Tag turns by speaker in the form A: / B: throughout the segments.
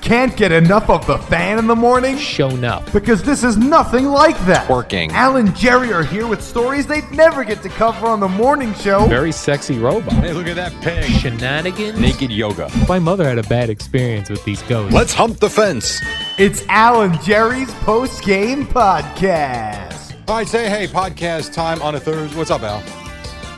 A: Can't get enough of the fan in the morning?
B: shown up.
A: Because this is nothing like that.
C: Working.
A: Al and Jerry are here with stories they'd never get to cover on the morning show.
B: Very sexy robot.
C: Hey, look at that pig.
B: Shenanigans.
C: Naked yoga.
B: My mother had a bad experience with these ghosts.
C: Let's hump the fence.
A: It's Al and Jerry's post game podcast.
C: All right, say hey, podcast time on a Thursday. What's up, Al?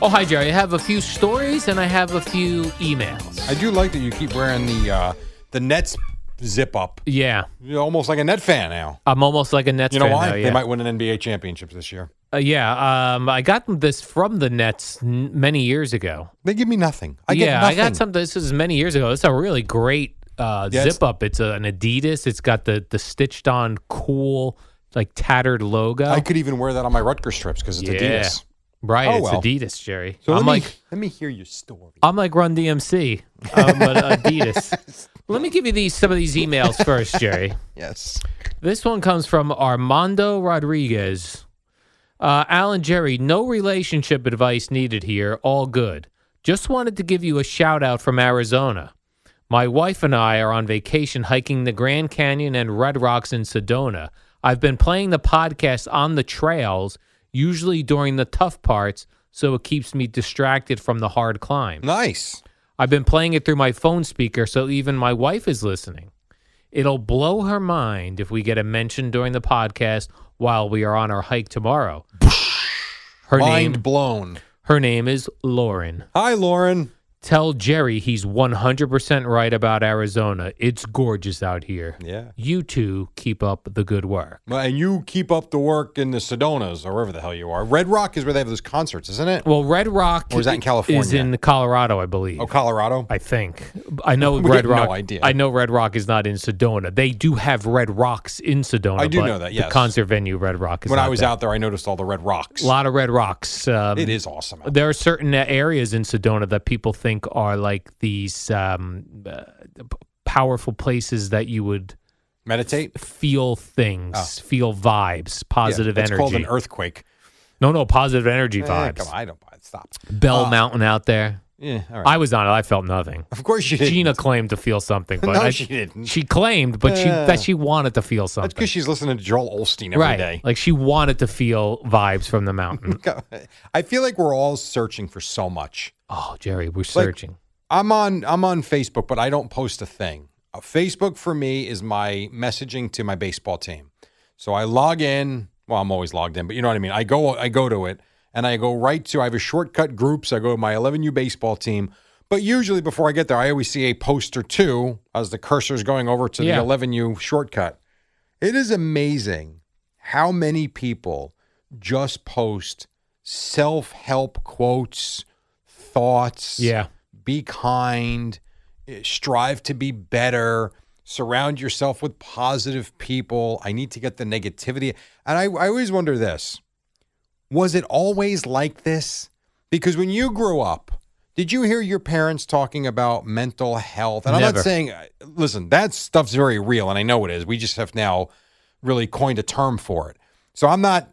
B: Oh, hi, Jerry. I have a few stories and I have a few emails.
C: I do like that you keep wearing the uh, the Nets zip up.
B: yeah,
C: You're almost like a Net fan, Al.
B: I'm almost like a Nets
C: You know
B: fan
C: why?
B: now, yeah,
C: They might win an NBA championship this year.
B: Uh, yeah. Um, I got this from the Nets n- many years ago.
C: They give me nothing. I
B: yeah,
C: get nothing.
B: I got something. This is many years ago. It's a really great uh,
C: Yeah, it's-
B: zip up. It's a, an Adidas. It's got the the stitched on cool like tattered logo.
C: I could even wear that on my Rutgers strips because it's
B: uh, Yeah.
C: Adidas.
B: right,
C: Oh,
B: it's
C: well.
B: Adidas, Jerry.
C: So
B: I'm
C: let
B: like
C: me let me hear your story.
B: I'm like Run DMC, um, but Adidas. Let me give you these some of these emails first, Jerry.
C: Yes.
B: This one comes from Armando Rodriguez. Uh, Alan Jerry, no relationship advice needed here. All good. Just wanted to give you a shout out from Arizona. My wife and I are on vacation hiking the Grand Canyon and Red Rocks in Sedona. I've been playing the podcast on the trails, usually during the tough parts, so it keeps me distracted from the hard climb.
C: Nice.
B: I've been playing it through my phone speaker, so even my wife is listening. It'll blow her mind if we get a mention during the podcast while we are on our hike tomorrow. Her
C: Mind
B: name
C: blown.
B: her name is Lauren.
C: Hi, Lauren.
B: Tell Jerry he's 100% right about Arizona. It's gorgeous out here.
C: Yeah.
B: You two keep up the good work.
C: Well, and you keep up the work in the Sedonas or wherever the hell you are. Red Rock is where they have those concerts, isn't it?
B: Well, Red Rock
C: Or is that in
B: Is
C: California?
B: in Colorado, I believe.
C: Oh, Colorado.
B: I think I know
C: We
B: Red
C: have no
B: Rock.
C: idea.
B: I know Red Rock is not in Sedona. They do have Red Rocks in Sedona.
C: I do
B: but
C: know that,
B: the
C: yes.
B: concert venue Red Rock is.
C: when
B: not
C: I was out there, I noticed all the red rocks.
B: a lot of Red Rocks. Um,
C: it is awesome. out
B: There are certain areas in Sedona that people think are like these um, uh, p- powerful places that you would
C: Meditate.
B: feel things, feel vibes, positive
C: Ah. yeah,
B: energy.
C: It's called an earthquake.
B: no, no, positive energy
C: Eh,
B: vibes.
C: come on, I don't buy it. Stop.
B: Bell Mountain out there.
C: Yeah, all right.
B: I was on it. I felt nothing.
C: of course you didn't.
B: Gina claimed to feel something, but
C: No,
B: I-
C: she didn't.
B: She claimed, but she
C: Yeah.
B: that she wanted to feel
C: That's
B: something.
C: because she's listening to Joel Olstein every
B: right,
C: day.
B: like she wanted to feel vibes from the mountain.
C: I feel like we're all searching for so much.
B: oh, Jerry, we're searching.
C: I'm on I'm on Facebook, but I don't post a thing. Uh, Facebook for me is my messaging to my baseball team. So I log in. Well, I'm always logged in, but you know what I mean. I go I go to it and I go right to I have a shortcut group, so I go to my 11U baseball team. But usually before I get there, I always see a post or two as the cursor's going over to
B: Yeah.
C: the 11U shortcut. It is amazing how many people just post self-help quotes, thoughts,
B: yeah,
C: be kind, eh, strive to be better, surround yourself with positive people. I need to get the negativity. And I, I always wonder this was it always like this? Because when you grew up, did you hear your parents talking about mental health? And I'm
B: Never.
C: not saying, listen, that stuff's very real, and I know it is. We just have now really coined a term for it. So I'm not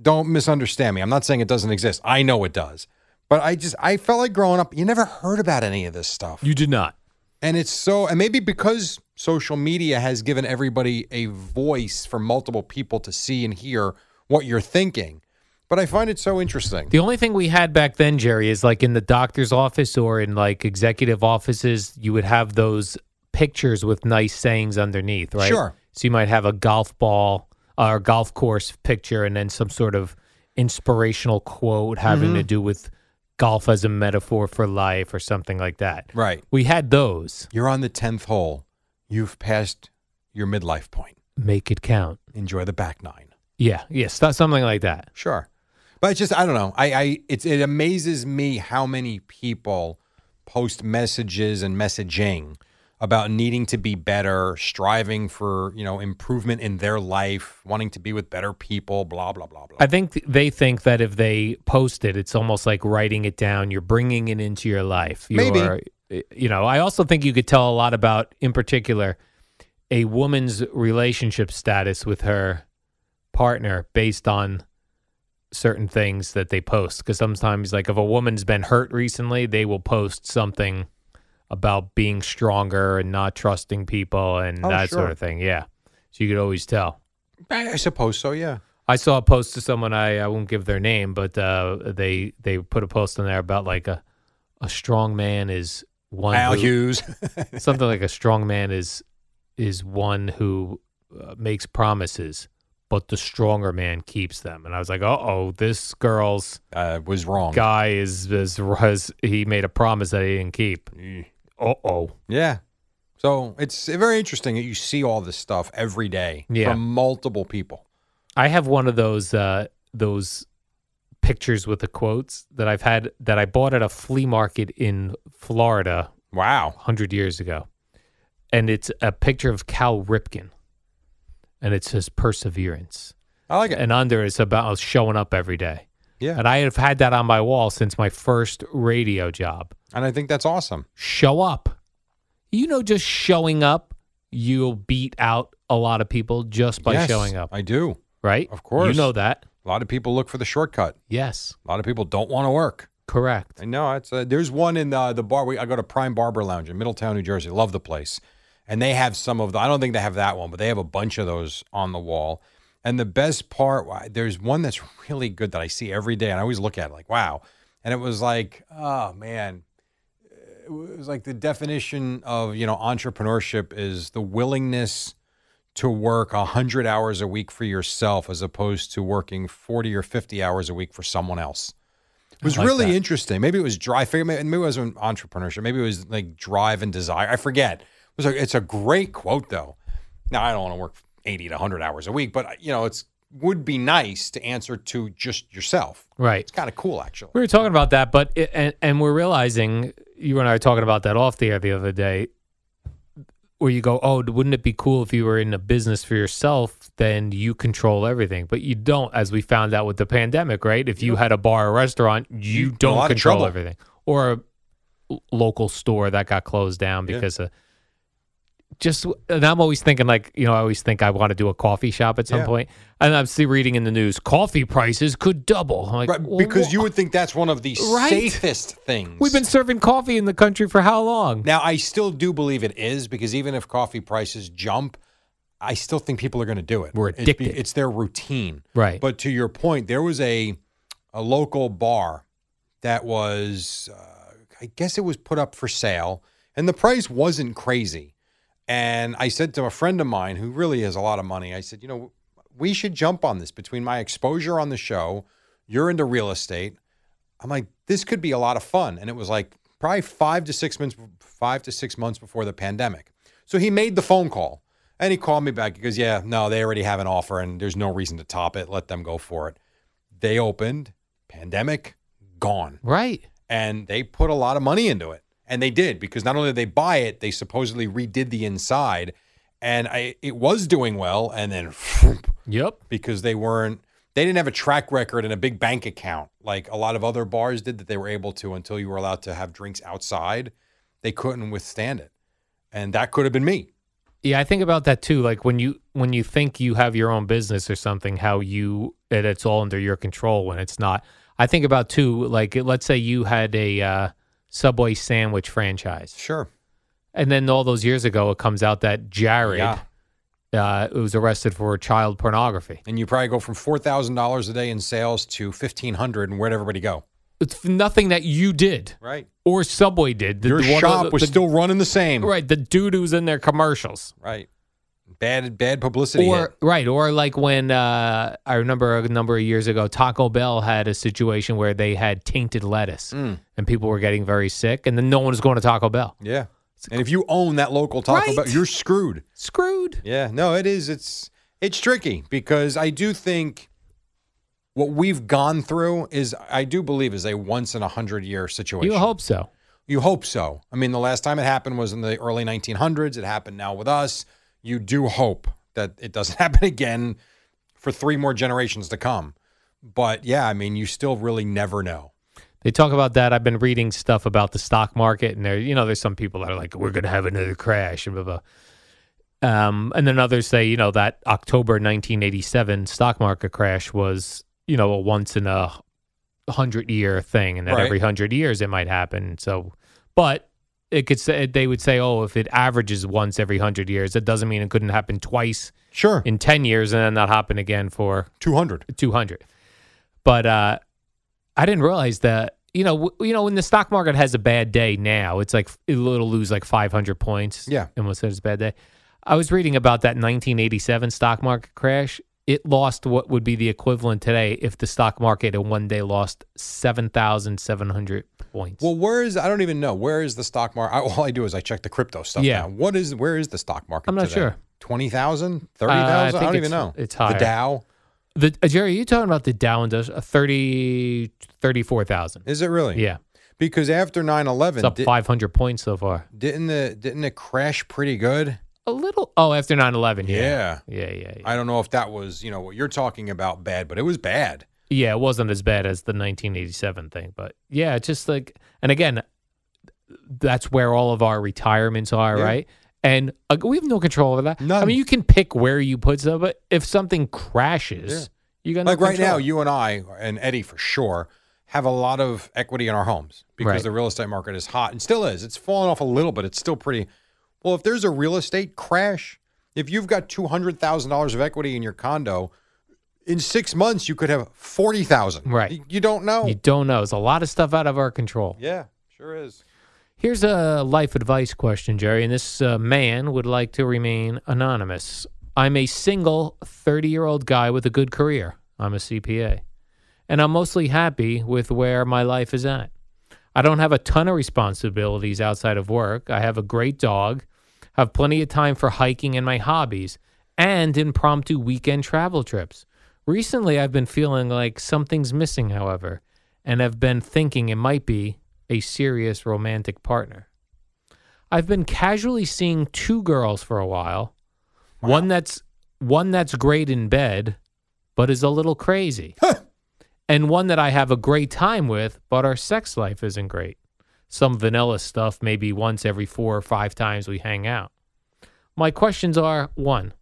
C: don't misunderstand me. I'm not saying it doesn't exist. I know it does. But I just I felt like growing up, you never heard about any of this stuff.
B: you did not.
C: and it's so and maybe because social media has given everybody a voice for multiple people to see and hear what you're thinking. But I find it so interesting.
B: The only thing we had back then, Jerry, is like in the doctor's office or in like executive offices, you would have those pictures with nice sayings underneath, right?
C: Sure.
B: So you might have a golf ball uh, or golf course picture and then some sort of inspirational quote having
C: Mm-hmm.
B: to do with golf as a metaphor for life or something like that.
C: Right.
B: We had those.
C: You're on the 10th hole. You've passed your midlife point.
B: Make it count.
C: Enjoy the back nine.
B: Yeah. Yes. Yeah, something like that.
C: Sure. But it's just I don't know. I, I it's it amazes me how many people post messages and messaging about needing to be better, striving for, you know, improvement in their life, wanting to be with better people, blah blah blah blah.
B: I think th- they think that if they post it, it's almost like writing it down. You're bringing it into your life. You're,
C: Maybe.
B: You know, I also think you could tell a lot about, in particular, a woman's relationship status with her partner based on certain things that they post. Because sometimes, like, if a woman's been hurt recently, they will post something about being stronger and not trusting people and
C: Oh,
B: that
C: sure.
B: sort of thing. Yeah. So you could always tell.
C: I, I suppose so, yeah.
B: I saw a post to someone I, I won't give their name, but uh, they they put a post in there about like a a strong man is one
C: Al
B: who-
C: Hughes.
B: something like a strong man is is one who uh, makes promises, but the stronger man keeps them. And I was like, uh oh, this girl's
C: uh, was wrong.
B: guy is is was he made a promise that he didn't keep.
C: Eh.
B: Uh oh,
C: Yeah. So it's very interesting that you see all this stuff every day
B: Yeah.
C: from multiple people.
B: I have one of those uh, those pictures with the quotes that I've had that I bought at a flea market in Florida
C: Wow.
B: 100 years ago. And it's a picture of Cal Ripken. And it says perseverance.
C: I like it.
B: And under it's about showing up every day.
C: yeah.
B: And I have had that on my wall since my first radio job.
C: and I think that's awesome.
B: Show up. You know, just showing up, you'll beat out a lot of people just by
C: Yes,
B: showing up,
C: I do.
B: right?
C: of course.
B: You know that.
C: A lot of people look for the shortcut.
B: Yes.
C: A lot of people don't want to work.
B: Correct.
C: I know. It's uh there's one in the, the bar. We, I go to Prime Barber Lounge in Middletown, New Jersey. Love the place. And they have some of the, I don't think they have that one, but they have a bunch of those on the wall. And the best part, why- there's one that's really good that I see every day. And I always look at it like, wow. And it was like, oh man, it was like the definition of you know entrepreneurship is the willingness to work 100 hours a week for yourself as opposed to working 40 or 50 hours a week for someone else it was
B: like
C: really
B: that.
C: interesting maybe it was drive maybe maybe it wasn't entrepreneurship maybe it was like drive and desire i forget it was like it's a great quote though now i don't want to work 80 to 100 hours a week but uh, you know it's would be nice to answer to just yourself
B: Right.
C: it's kind of cool actually
B: We were talking about that, but it, and and we're realizing you and I were talking about that off the air the other day, where you go, oh, wouldn't it be cool if you were in a business for yourself? Then you control everything, but you don't, as we found out with the pandemic, right? If you had a bar or restaurant, you
C: in a lot
B: don't
C: of
B: control
C: trouble.
B: everything, or a l- local store that got closed down because of just and I'm always thinking like you know I always think I want to do a coffee shop at some
C: Yeah.
B: point. and I'm see reading in the news coffee prices could double. I'm like,
C: right
B: well,
C: because
B: wha-
C: you would think that's one of the
B: Right.
C: safest things
B: We've been serving coffee in the country for how long?
C: Now, I still do believe it is because even if coffee prices jump, I still think people are going to do it.
B: We're
C: It's
B: addicted.
C: It's, their routine.
B: Right.
C: But to your point, there was a a local bar that was, uh, I guess it was put up for sale, and the price wasn't crazy. And I said to a friend of mine who really has a lot of money, I said, you know, we should jump on this between my exposure on the show, you're into real estate. I'm like, this could be a lot of fun. And it was like probably five to six months, five to six months before the pandemic. So he made the phone call and he called me back. He goes, yeah, no, they already have an offer and there's no reason to top it. Let them go for it. They opened, pandemic gone.
B: Right.
C: And they put a lot of money into it. And they did because not only did they buy it, they supposedly redid the inside. And I, it was doing well. And then
B: Yep.
C: because they weren't they didn't have a track record and a big bank account like a lot of other bars did that they were able to until you were allowed to have drinks outside they couldn't withstand it and that could have been me
B: Yeah, I think about that too. Like when you when you think you have your own business or something, how you and it's all under your control when it's not. I think about too, like let's say you had a uh, Subway sandwich franchise,
C: sure
B: and then all those years ago, it comes out that Jared
C: Yeah.
B: uh, who was arrested for child pornography.
C: And you probably go from four thousand dollars a day in sales to fifteen hundred, and where'd everybody go?
B: It's nothing that you did
C: Right.
B: or Subway did. The-
C: Your
B: the one-
C: shop
B: the-
C: was
B: the-
C: still running the same.
B: right. The dude who was in their commercials.
C: Right. Bad bad publicity.
B: or
C: hit.
B: right or like when uh, i remember a number of years ago taco bell had a situation where they had tainted lettuce and people were getting very sick and then no one was going to taco bell
C: Yeah. And if you own that local Taco
B: Right.
C: Bell, you're screwed.
B: screwed
C: Yeah. No, it is. It's it's tricky because I do think what we've gone through is I do believe is a once in a hundred year situation.
B: you hope so
C: You hope so. I mean, the last time it happened was in the early 1900s. It happened now with us. You do hope that it doesn't happen again for three more generations to come. But yeah, I mean, you still really never know.
B: they talk about that i've been reading stuff about the stock market and there you know there's some people that are like we're going to have another crash and blah blah um, and then others say you know that october 1987 stock market crash was you know a once in a hundred year thing, and that
C: Right.
B: every hundred years it might happen. So, but it could say they would say, oh, if it averages once every hundred years, that doesn't mean it couldn't happen twice
C: Sure.
B: in ten years and then not happen again for
C: 200.
B: two hundred. But uh, I didn't realize that. You know, w- you know, when the stock market has a bad day now, it's like it'll lose like five hundred points.
C: Yeah.
B: and we'll say it's a bad day. I was reading about that 1987 stock market crash. It lost what would be the equivalent today if the stock market in one day lost 7,700 points.
C: Well, where is I don't even know where is the stock market. All I do is I check the crypto stuff.
B: Yeah.
C: now. What is where is the stock market?
B: I'm not
C: today?
B: sure.
C: 20,000,
B: Uh, I
C: 30,000. I,
B: think
C: don't even
B: it's-
C: know.
B: it's
C: The
B: higher.
C: Dow.
B: the, uh, Jerry, are you talking about the Dow Industrial? Uh, 30, 34,000.
C: Is it really?
B: Yeah.
C: Because after 9/11,
B: It's up
C: di-
B: 500 points so far.
C: didn't the didn't it crash pretty good?
B: A little. Oh, after 9 11.
C: Yeah.
B: Yeah, yeah, yeah.
C: I don't know if that was, you know, what you're talking about bad, but it was bad.
B: Yeah, it wasn't as bad as the 1987 thing, but yeah, it's just like, and again, that's where all of our retirements are,
C: Yeah.
B: right? And uh, we have no control over that. I
C: None.
B: mean, you can pick where you put stuff, but if something crashes, you got no
C: Like right now,
B: control.
C: you and I and Eddie for sure have a lot of equity in our homes because
B: Right.
C: the real estate market is hot and still is. It's fallen off a little, but it's still pretty. Well, if there's a real estate crash, if you've got two hundred thousand dollars of equity in your condo, in six months you could have forty thousand.
B: Right.
C: You, you don't know.
B: you don't know. It's a lot of stuff out of our control.
C: yeah, sure is.
B: Here's a life advice question, Jerry, and this uh, man would like to remain anonymous. I'm a single 30 year old guy with a good career. I'm a CPA. And I'm mostly happy with where my life is at. I don't have a ton of responsibilities outside of work. I have a great dog, have plenty of time for hiking and my hobbies, and impromptu weekend travel trips. Recently, I've been feeling like something's missing, however, and have been thinking it might be a serious romantic partner. I've been casually seeing two girls for a while. One that's one that's great in bed, but is a little crazy. and one that I have a great time with, but our sex life isn't great. Some vanilla stuff maybe once every 4 or 5 times we hang out. My questions are one,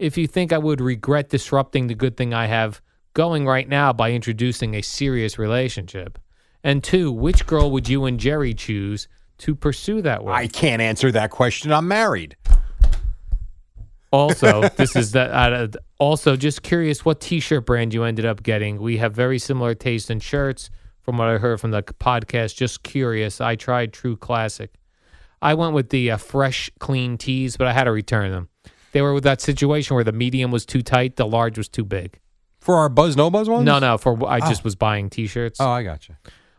B: if you think I would regret disrupting the good thing I have going right now by introducing a serious relationship, and two, which girl would you and Jerry choose to pursue that with?
C: I can't answer that question. I'm married.
B: Also, this is that. Uh, also, just curious, what T-shirt brand you ended up getting? We have very similar taste in shirts, from what I heard from the podcast. Just curious. I tried True Classic. I went with the uh, fresh, clean tees, but I had to return them. They were with that situation where the medium was too tight, the large was too big.
C: For our Buzz No Buzz ones?
B: No,
C: Ah.
B: no, for I just was buying T-shirts.
C: Oh,
B: All
C: I got you,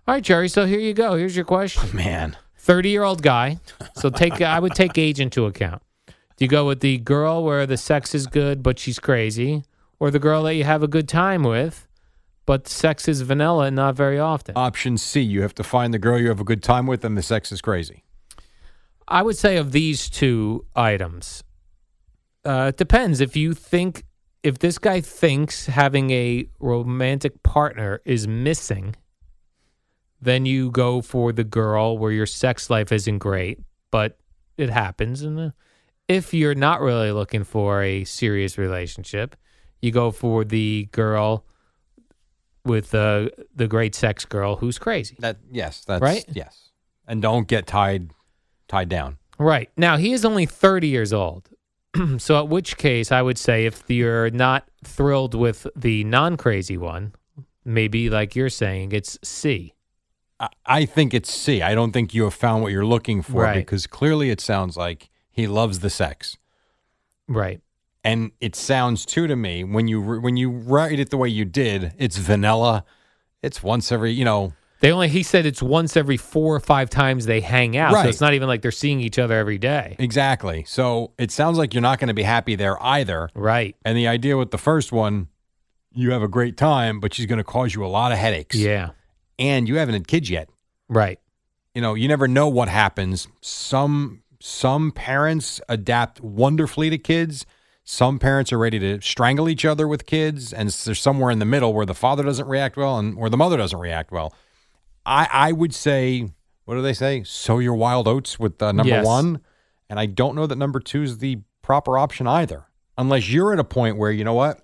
B: right, Jerry. So here you go. Here's your question.
C: man.
B: 30 year old guy. So take I would take age into account. Do you go with the girl where the sex is good but she's crazy, or the girl that you have a good time with, but sex is vanilla and not very often?
C: Option C, you have to find the girl you have a good time with, and the sex is crazy.
B: I would say of these two items, uh, it depends. If you think if this guy thinks having a romantic partner is missing, then you go for the girl where your sex life isn't great, but it happens. And uh, if you're not really looking for a serious relationship, you go for the girl with uh, the great sex girl who's crazy.
C: That yes, that's
B: Right?
C: Yes, and don't get tied tied down.
B: Right. Now, he is only 30 years old. so, at which case, I would say if you're not thrilled with the non crazy one, maybe like you're saying, it's C.
C: I, I think it's C. I don't think you have found what you're looking for
B: Right.
C: because clearly it sounds like he loves the sex.
B: Right.
C: And it sounds too to me when you re- when you write it the way you did, it's vanilla. It's once every, you know,
B: They only, he said it's once every four or five times they hang out.
C: Right.
B: So it's not even like they're seeing each other every day.
C: exactly. So it sounds like you're not going to be happy there either.
B: Right.
C: And the idea with the first one, you have a great time, but she's going to cause you a lot of headaches.
B: Yeah.
C: And you haven't had kids yet.
B: Right.
C: you know you never know what happens some some parents adapt wonderfully to kids some parents are ready to strangle each other with kids and s- there's somewhere in the middle where the father doesn't react well and where the mother doesn't react well i i would say what do they say sow your wild oats with uh, number
B: Yes.
C: one and i don't know that number two is the proper option either unless you're at a point where you know what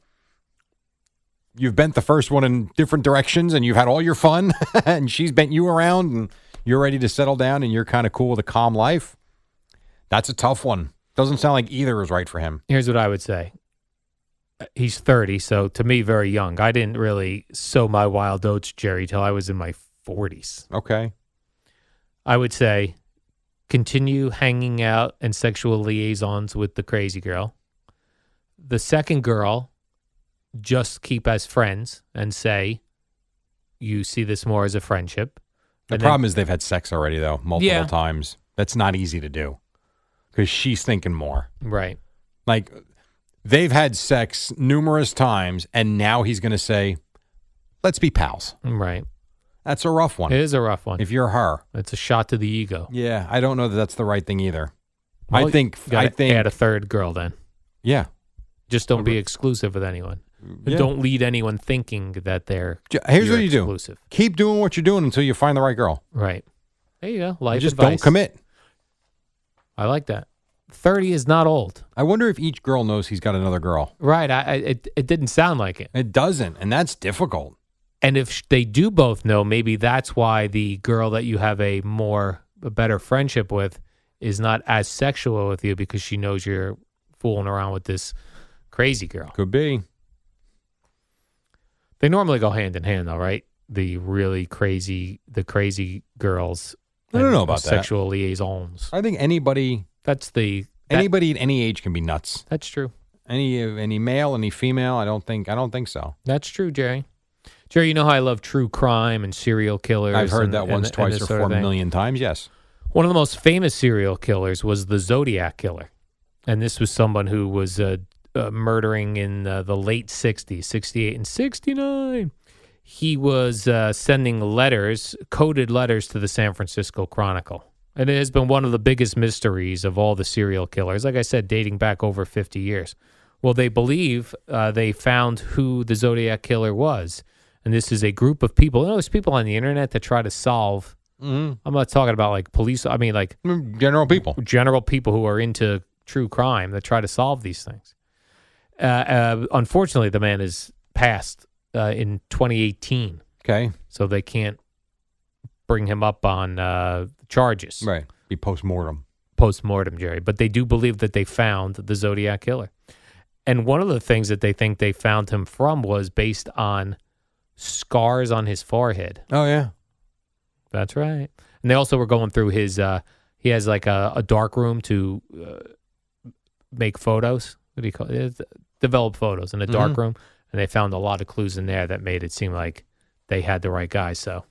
C: you've bent the first one in different directions and you've had all your fun and she's bent you around and you're ready to settle down and you're kind of cool with a calm life, that's a tough one. Doesn't sound like either is right for him.
B: Here's what I would say. Uh, He's 30, so to me, very young. I didn't really sow my wild oats, Jerry, till I was in my 40s.
C: Okay.
B: I would say continue hanging out and sexual liaisons with the crazy girl. The second girl, just keep as friends and say you see this more as a friendship.
C: The
B: And then-
C: problem is they've had sex already though, multiple
B: Yeah.
C: times. That's not easy to do because she's thinking more.
B: Right.
C: Like they've had sex numerous times and now he's going to say, "Let's be pals."
B: Right.
C: That's a rough one.
B: It is a rough one.
C: If you're her,
B: it's a shot to the ego.
C: yeah, I don't know that that's the right thing either.
B: Well,
C: I think
B: you
C: I
B: gotta
C: think
B: add a third girl then.
C: yeah.
B: Just don't be exclusive with anyone.
C: Yeah.
B: Don't lead anyone thinking that they're
C: J- Here's
B: you're
C: what you
B: exclusive.
C: do: keep doing what you're doing until you find the right girl.
B: right. There you go.
C: You
B: Life
C: just
B: advice.
C: don't commit.
B: I like that. Thirty is not old.
C: I wonder if each girl knows he's got another girl.
B: Right. I, I it, it didn't sound like it.
C: It doesn't, and that's difficult.
B: And if sh- they do both know, maybe that's why the girl that you have a more a better friendship with is not as sexual with you because she knows you're fooling around with this crazy girl.
C: Could be.
B: They normally go hand in hand, though, right? The really crazy, the crazy girls.
C: I don't
B: and
C: know about that.
B: sexual liaisons.
C: I think anybody,
B: That's the that-
C: anybody at any age can be nuts.
B: That's true.
C: Any, any male, any female. I don't think, I don't think so.
B: That's true, Jerry. Jerry, you know how I love true crime and serial killers.
C: I've heard
B: and-
C: that
B: and-
C: once,
B: and
C: twice,
B: this
C: or
B: sort
C: four
B: of thing.
C: million times. Yes.
B: One of the most famous serial killers was the Zodiac Killer. And this was someone who was uh, uh, murdering in uh, the late 60s, 68 and 69. He was uh, sending letters, coded letters to the San Francisco Chronicle. And it has been one of the biggest mysteries of all the serial killers, like I said, dating back over 50 years. Well, they believe uh, they found who the Zodiac Killer was. And this is a group of people. You know, there's people on the internet that try to solve
C: Mm-hmm.
B: I'm not talking about like police. I mean, like
C: Mm, General people.
B: general people who are into true crime that try to solve these things. Uh, uh, unfortunately, the man is passed uh, in 2018,
C: Okay.
B: so they can't bring him up on uh, charges
C: Right. Be post mortem.
B: post mortem, Jerry. But they do believe that they found the Zodiac killer, and one of the things that they think they found him from was based on scars on his forehead.
C: Oh yeah.
B: That's right. And they also were going through his. Uh, he has like a, a dark room to uh, make photos. What do you call it? uh, Develop photos in a dark
C: Mm-hmm.
B: room, and they found a lot of clues in there that made it seem like they had the right guy. So,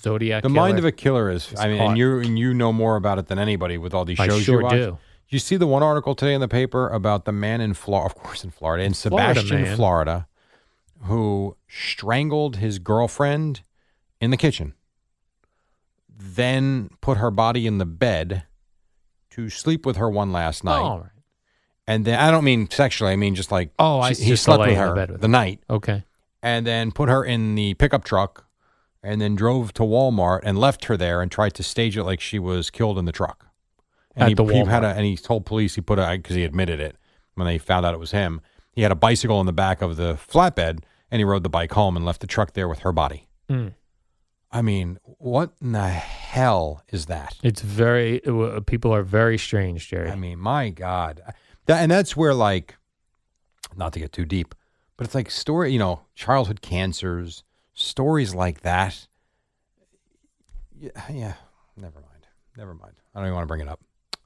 B: Zodiac.
C: The mind of a killer is.
B: It's
C: I mean,
B: caught.
C: and you and you know more about it than anybody with all these
B: I
C: shows
B: sure
C: you watch.
B: do.
C: You see the one article today in the paper about the man in Florida, of course, in Florida, in
B: Florida,
C: Sebastian,
B: man.
C: Florida, who strangled his girlfriend in the kitchen, then put her body in the bed to sleep with her one last night.
B: All right.
C: And then, I don't mean sexually, I mean just like
B: Oh, I
C: she- he
B: just to
C: slept
B: lay
C: with
B: in the
C: her
B: bed with
C: the
B: her.
C: night
B: Okay.
C: and then put her in the pickup truck and then drove to Walmart and left her there and tried to stage it like she was killed in the truck. And
B: At
C: he,
B: the
C: he had a,
B: Walmart.
C: and he told police he put a because he admitted it when they found out it was him. He had a bicycle in the back of the flatbed and he rode the bike home and left the truck there with her body.
B: Mm.
C: I mean, what in the hell is that?
B: uh, It's very. It, w- people are very strange, Jerry.
C: I mean, my God. That, and that's where, like, not to get too deep, but it's like story, you know, childhood cancers, stories like that. Yeah, yeah. Never mind. Never mind. I don't even want to bring it up.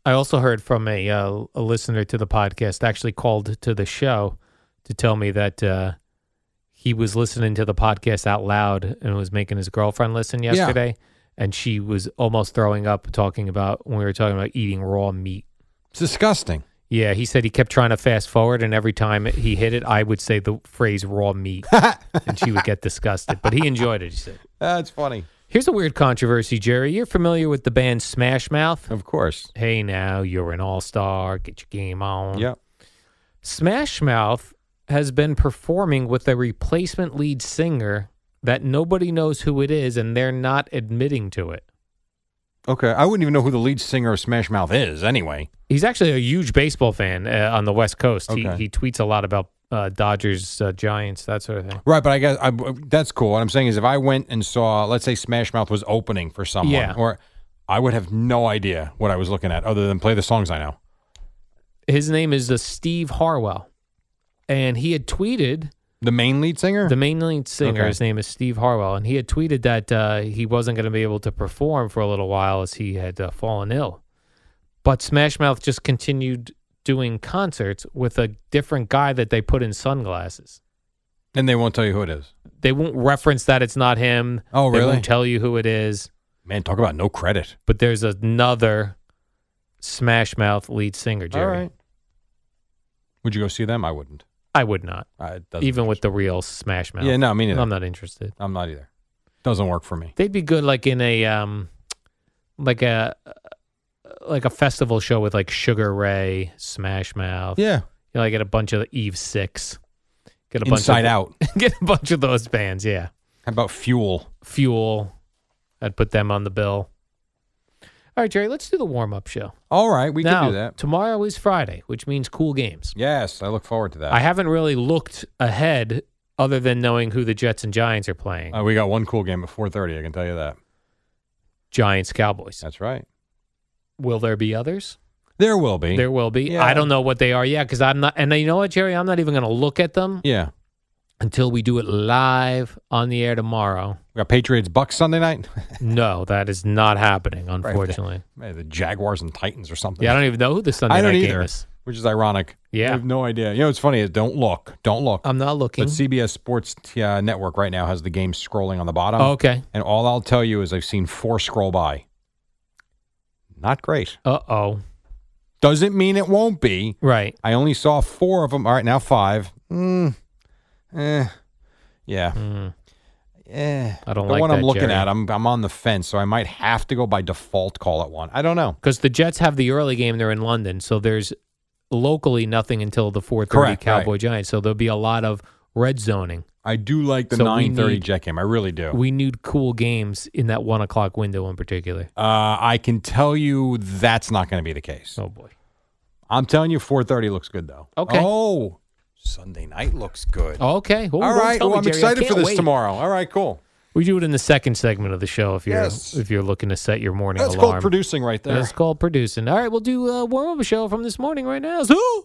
B: I also heard from a, uh, a listener to the podcast, actually called to the show to tell me that uh, he was listening to the podcast out loud and was making his girlfriend listen
C: Yeah.
B: yesterday. And she was almost throwing up talking about when we were talking about eating raw meat.
C: It's disgusting.
B: Yeah, he said he kept trying to fast forward, and every time he hit it, I would say the phrase raw meat, and she would get disgusted. But he enjoyed it, he said.
C: That's funny.
B: Here's a weird controversy, Jerry. You're familiar with the band Smash Mouth?
C: Of course.
B: Hey, now, you're an all star. Get your game on.
C: Yeah.
B: Smash Mouth has been performing with a replacement lead singer that nobody knows who it is, and they're not admitting to it.
C: Okay. I wouldn't even know who the lead singer of Smash Mouth is anyway.
B: He's actually a huge baseball fan uh, on the West Coast.
C: Okay.
B: He, he tweets a lot about uh, Dodgers, uh, Giants, that sort of thing.
C: Right, but I guess I, that's cool. What I'm saying is, if I went and saw, let's say Smash Mouth was opening for someone,
B: Yeah.
C: or I would have no idea what I was looking at, other than play the songs I know.
B: His name is uh, Steve Harwell, and he had tweeted
C: The main lead singer,
B: the main lead singer.
C: Okay.
B: His name is Steve Harwell, and he had tweeted that uh, he wasn't going to be able to perform for a little while as he had uh, fallen ill. But Smash Mouth just continued doing concerts with a different guy that they put in sunglasses.
C: and they won't tell you who it is.
B: They won't reference that it's not him.
C: Oh,
B: They
C: really?
B: won't tell you who it is.
C: Man, talk about no credit.
B: but there's another Smash Mouth lead singer, Jerry.
C: Would you go see them? I wouldn't.
B: I would not,
C: I, it doesn't
B: even with
C: interest
B: the real Smash Mouth.
C: Yeah, no, me neither.
B: I'm not interested.
C: me. I'm not either. Doesn't work for me.
B: They'd be good like in a um, like a like a festival show with like Sugar Ray, Smash Mouth.
C: Yeah,
B: you know, like get a bunch of Eve Six, get a bunch
C: Inside
B: of,
C: Out.
B: get a bunch of those bands. Yeah,
C: How about Fuel?
B: Fuel. I'd put them on the bill. All right, Jerry, let's do the warm up show.
C: All right, we
B: now,
C: can do that.
B: Tomorrow is Friday, which means cool games.
C: Yes, I look forward to that.
B: I haven't really looked ahead other than knowing who the Jets and Giants are playing.
C: Uh, we got one cool game at 4:30. I can tell you that.
B: Giants Cowboys.
C: That's right.
B: Will there be others?
C: There will be.
B: There will be.
C: Yeah.
B: I don't know what they are yet because I'm not. And you know what, Jerry? I'm not even going to look at them
C: Yeah,
B: until we do it live on the air tomorrow.
C: we got Patriots Bucks Sunday night.
B: no, that is not happening, unfortunately.
C: Maybe the Jaguars and Titans or something.
B: Yeah, I don't even know who the Sunday
C: I don't
B: night
C: either,
B: game is.
C: which is ironic.
B: Yeah.
C: I have no idea. You know what's funny is don't look, don't look.
B: I'm not looking.
C: But CBS Sports t- uh, Network right now has the game scrolling on the bottom.
B: Oh, okay.
C: And all I'll tell you is I've seen four scroll by. Not great.
B: Uh oh.
C: Doesn't mean it won't be.
B: Right.
C: I only saw four of them. All right, now five. Mm. Eh. Yeah.
B: Mm.
C: Eh.
B: I don't
C: the
B: like
C: one I'm
B: that,
C: looking
B: Jerry.
C: at. I'm I'm on the fence, so I might have to go by default call it one. I don't know.
B: Because the Jets have the early game, they're in London, so there's locally nothing until the 4:30
C: Correct,
B: Cowboy
C: right.
B: Giants. So there'll be a lot of red zoning.
C: I do like the
B: So we
C: 9:30
B: need-
C: jet game. I really do.
B: We need cool games in that one o'clock window in particular.
C: Uh, I can tell you that's not going to be the case.
B: Oh boy,
C: I'm telling you, 4:30 looks good though.
B: Okay.
C: Oh, Sunday night looks good.
B: okay. Well,
C: All
B: don't
C: right.
B: tell
C: Well,
B: me,
C: I'm
B: Jerry. I
C: excited
B: can't
C: for this
B: wait.
C: tomorrow. All right, cool.
B: We do it in the second segment of the show if you're
C: Yes.
B: if you're looking to set your morning
C: That's
B: alarm.
C: called producing right there.
B: That's called producing. All right, we'll do a warm up show from this morning right now. So-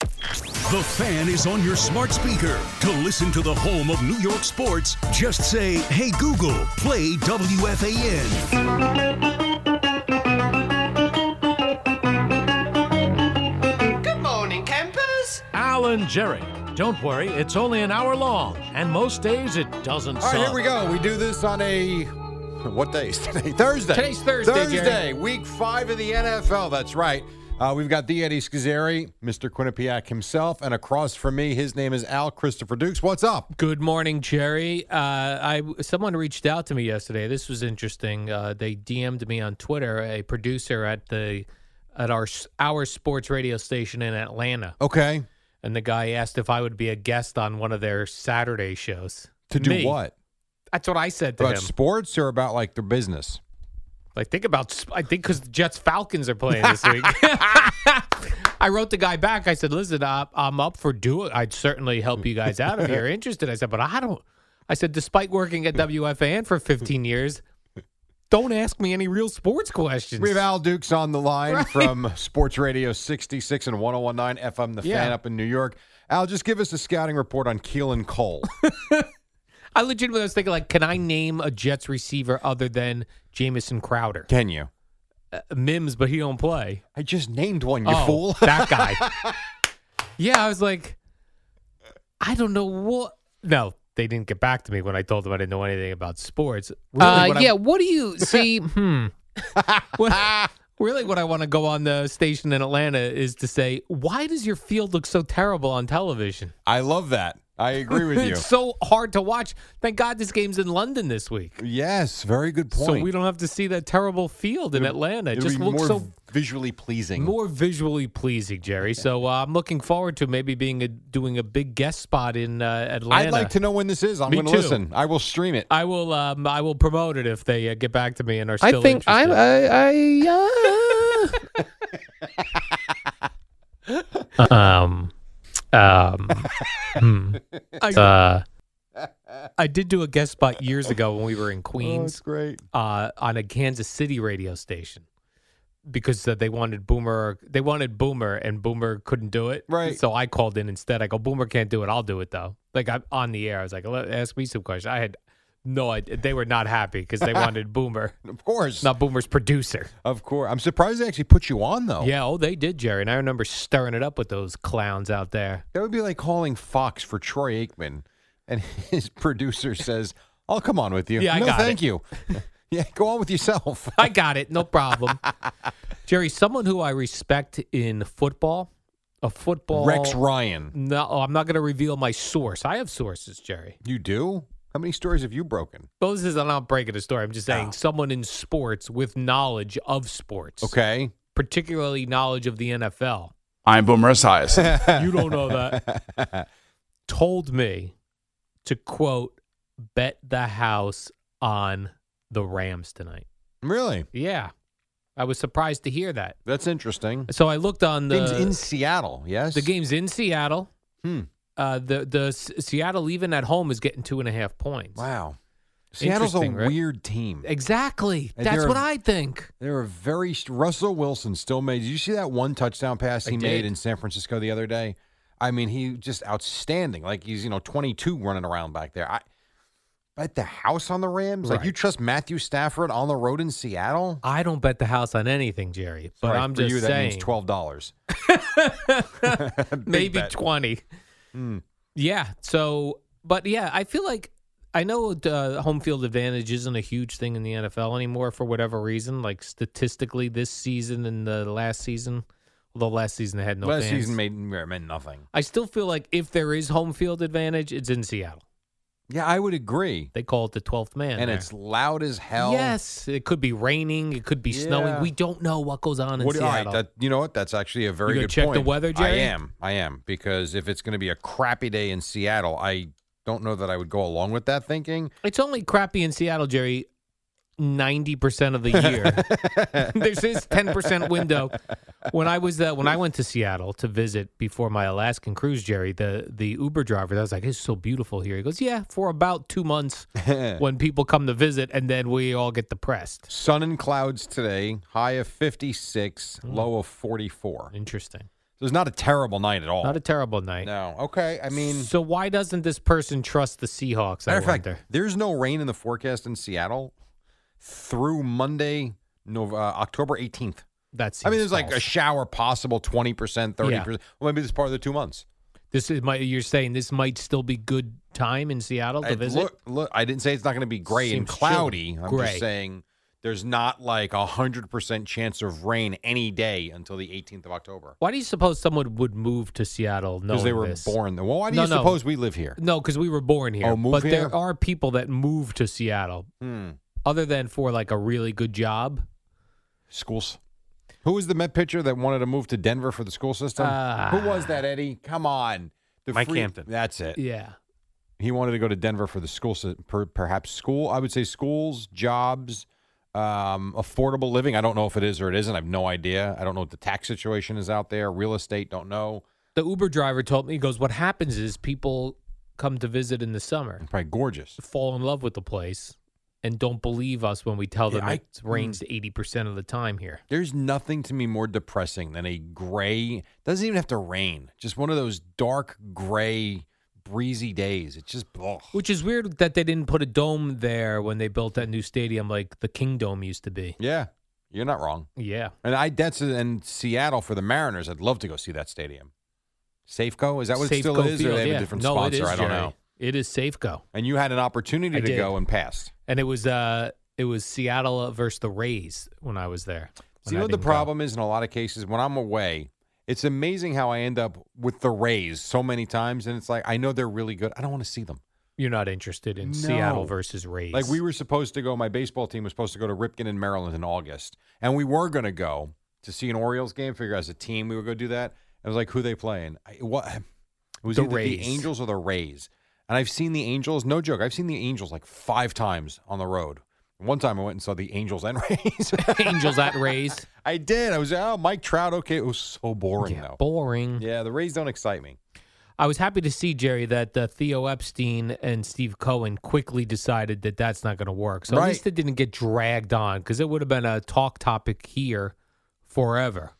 D: The fan is on your smart speaker. To listen to the home of New York sports, just say, Hey Google, play WFAN.
E: Alan Jerry. Don't worry, it's only an hour long, and most days it doesn't
C: All right,
E: suck.
C: here we go. We do this on a what day is today? Thursday.
B: Today's Thursday, Jerry.
C: Thursday, week five of the NFL. That's right. Uh, we've got the Eddie Schizzeri, Mr. Quinnipiac himself, and across from me, his name is Al Christopher Dukes. What's up?
B: Good morning, Jerry. Uh, I someone reached out to me yesterday. This was interesting. Uh, they DM'd me on Twitter. A producer at the at our s- our sports radio station in Atlanta,
C: Okay.
B: and the guy asked if I would be a guest on one of their Saturday shows.
C: To do
B: Me.
C: what?
B: That's what I said to
C: About
B: him.
C: sports or about like their business?
B: Like think about sp- I think because the Jets Falcons are playing this week. I wrote the guy back. I said, "Listen, I, I'm up for doing. I'd certainly help you guys out if you're interested." I said, "But I don't." I said, "Despite working at WFAN for 15 years, don't ask me any real sports questions."
C: We have Al Dukes on the line from Sports Radio 66 and 1019 FM, the fan
B: Yeah.
C: up in New York. Al, just give us a scouting report on Keelan Cole.
B: I legitimately was thinking, like, can I name a Jets receiver other than Jamison Crowder,
C: Can you?
B: Mims, but he don't play.
C: I just named one, you
B: Oh,
C: fool.
B: that guy. yeah, I was like, I don't know what. No, they didn't get back to me when I told them I didn't know anything about sports. Really,
F: Uh,
B: what
F: yeah,
B: I,
F: what do you see?
B: hmm. What- really, what I want to go on the station in Atlanta is to say, why does your field look so terrible on television?
C: I love that. I agree with you.
B: It's so hard to watch. Thank God this game's in London this week.
C: yes, very good point.
B: So we don't have to see that terrible field in Atlanta. It
C: It'll
B: just
C: be
B: looks
C: more
B: so
C: visually pleasing.
B: more visually pleasing, Jerry. So uh, I'm looking forward to maybe being a, doing a big guest spot in uh, Atlanta.
C: I'd like to know when this is. I'm
B: Me
C: going to
B: too.
C: listen. I will stream it.
B: I will. Um, I will promote it if they uh, get back to me and are
E: I
B: still.
E: think I,
B: interested.
E: I, I uh,
B: Um, um, hmm. Uh, I did do a guest spot years ago when we were in
E: Oh,
B: Queens.
C: Oh, great.
B: uh, on a Kansas City radio station because uh, they wanted Boomer. They wanted Boomer, and Boomer couldn't do it.
C: Right.
B: So I called in instead. I go, Boomer can't do it. I'll do it though. Like I'm on the air. I was like, "Let- ask me some questions. I had no idea. They were not happy because they wanted Boomer,
C: Of course.
B: not Boomer's producer.
C: Of course. I'm surprised they actually put you on, though.
B: Yeah. Oh, they did, Jerry. And I remember stirring it up with those clowns out there.
C: That would be like calling Fox for Troy Aikman, and his producer says, "I'll come on with you."
B: Yeah, I
C: no,
B: got
C: thank
B: it."
C: you. yeah, go on with yourself.
B: I got it. No problem. Jerry, someone who I respect in football, a football
C: Rex Ryan,
B: No, oh, I'm not going to reveal my source. I have sources, Jerry.
C: you do. How many stories have you broken?
B: Well, this is I'm not breaking a story. I'm just saying someone in sports with knowledge of sports,
C: Okay,
B: particularly knowledge of the NFL.
E: I'm Boomer Esiason.
B: You don't know that. Told me to quote, bet the house on the Rams tonight.
C: really?
B: Yeah. I was surprised to hear that.
C: That's interesting.
B: So I looked on the
C: Game's in Seattle. Yes,
B: The game's in Seattle.
C: Hmm.
B: Uh, the the S- Seattle even at home is getting two and a half points.
C: Wow, Seattle's a
B: Interesting, right?
C: weird team.
B: Exactly.
C: And
B: That's
C: they're-
B: what I think.
C: They're a very Russell Wilson still made. Did you see that one touchdown pass
B: I
C: he made
B: did.
C: in San Francisco the other day? I mean, he just outstanding. Like he's you know 22 running around back there. I bet the house on the Rams. Like you
B: Right.
C: trust Matthew Stafford on the road in Seattle?
B: I don't bet the house on anything, Jerry. But
C: Sorry,
B: I'm
C: for
B: just
C: you, that
B: saying,
C: means twelve dollars.
B: maybe
C: bet. Hmm.
B: twenty. Yeah. So, but yeah, I feel like I know uh, home field advantage isn't a huge thing in the NFL anymore for whatever reason. Like statistically, this season and the last season, although last season they had no
C: Last
B: fans.
C: season made meant nothing.
B: I still feel like if there is home field advantage, it's in Seattle.
C: Yeah, I would agree.
B: They call it the twelfth man,
C: And,
B: there.
C: it's loud as hell.
B: Yes, it could be raining. It could be
C: Yeah.
B: snowing. We don't know what goes on in
C: What, all
B: Seattle.
C: right, that, you know what? That's actually a very
B: You gonna
C: good
B: check the
C: point.
B: weather,
C: I
B: Jerry?
C: am. I am because if it's going to be a crappy day in Seattle, I don't know that I would go along with that thinking.
B: It's only crappy in Seattle, Jerry. Ninety percent of the year, there's this ten percent window. When I was uh, when I went to Seattle to visit before my Alaskan cruise, Jerry, the the Uber driver, I was like, "It's so beautiful here." He goes, "Yeah, for about two months when people come to visit, and then we all get depressed."
C: Sun and clouds today, high of 56,
B: Mm.
C: low of 44. So
B: Interesting.
C: it's not a terrible night at all.
B: Not a terrible night.
C: no. Okay. I mean,
B: so why doesn't this person trust the Seahawks? I
C: matter of fact,
B: wonder.
C: there's no rain in the forecast in Seattle through Monday, Nov- uh, October 18th.
B: That's
C: I mean, there's like a
B: false.
C: shower possible 20%, 30%. Well, maybe this is part of the two months.
B: this is my you're saying this might still be good time in Seattle to
C: I-
B: visit.
C: Look, look, I didn't say it's not going to be gray and
B: Seems chilly.
C: cloudy. I'm just
B: Gray.
C: saying there's not like a 100% chance of rain any day until the 18th of October.
B: Why do you suppose someone would move to Seattle?
C: Because
B: Because
C: they were born there. Well, why do
B: No,
C: you
B: no.
C: suppose we live here?
B: No, because we were born here.
C: Oh, move
B: but
C: here?
B: there are people that move to Seattle,
C: Hmm.
B: other than for like a really good job.
C: Schools. Who was the Met pitcher that wanted to move to Denver for the school system? Who
B: Ah.
C: was that, Eddie? Come on. The
E: Mike Hampton.
C: That's it.
B: Yeah.
C: He wanted to go to Denver for the school, sy- per, perhaps school. I would say schools, jobs, um, affordable living. I don't know if it is or it isn't. I have no idea. I don't know what the tax situation is out there. Real estate, don't know.
B: The Uber driver told me, he goes, What happens is people come to visit in the summer,
C: Probably gorgeous.
B: fall in love with the place, and don't believe us when we tell them
C: Yeah, I- Hmm.
B: it rains 80% of the time here.
C: There's nothing to me more depressing than a gray, doesn't even have to rain, just one of those dark, gray, breezy days. It's just, ugh.
B: Which is weird that they didn't put a dome there when they built that new stadium like the King Dome used to be.
C: yeah, you're not wrong.
B: Yeah.
C: And I that's in Seattle for the Mariners. I'd love to go see that stadium. Safeco is that what it still
B: Safeco
C: is, or
B: Field,
C: they have
B: yeah.
C: a different
B: no,
C: sponsor?
B: It is,
C: I don't
B: Jerry.
C: know.
B: It is Safeco.
C: And you had an opportunity
B: I
C: to
B: did.
C: go and passed.
B: And it was uh it was Seattle versus the Rays when I was there.
C: So you know what the problem is in a lot of cases when I'm away. It's amazing how I end up with the Rays so many times, and it's like I know they're really good. I don't want to see them.
B: You're not interested in
C: No.
B: Seattle versus Rays.
C: Like we were supposed to go. My baseball team was supposed to go to Ripken in Maryland in August, and we were going to go to see an Orioles game. Figure as a team we would go do that. I was like, who they playing? I, what? It was
B: The
C: either
B: Rays.
C: the Angels or the Rays. And I've seen the Angels. No joke. I've seen the Angels like five times on the road. One time I went and saw the Angels and Rays.
B: Angels at Rays.
C: I did. I was oh Mike Trout. Okay, it was so boring
B: Yeah,
C: though.
B: boring.
C: yeah, the Rays don't excite me.
B: I was happy to see Jerry that uh, Theo Epstein and Steve Cohen quickly decided that that's not going to work. So at
C: Right.
B: least it didn't get dragged on because it would have been a talk topic here forever.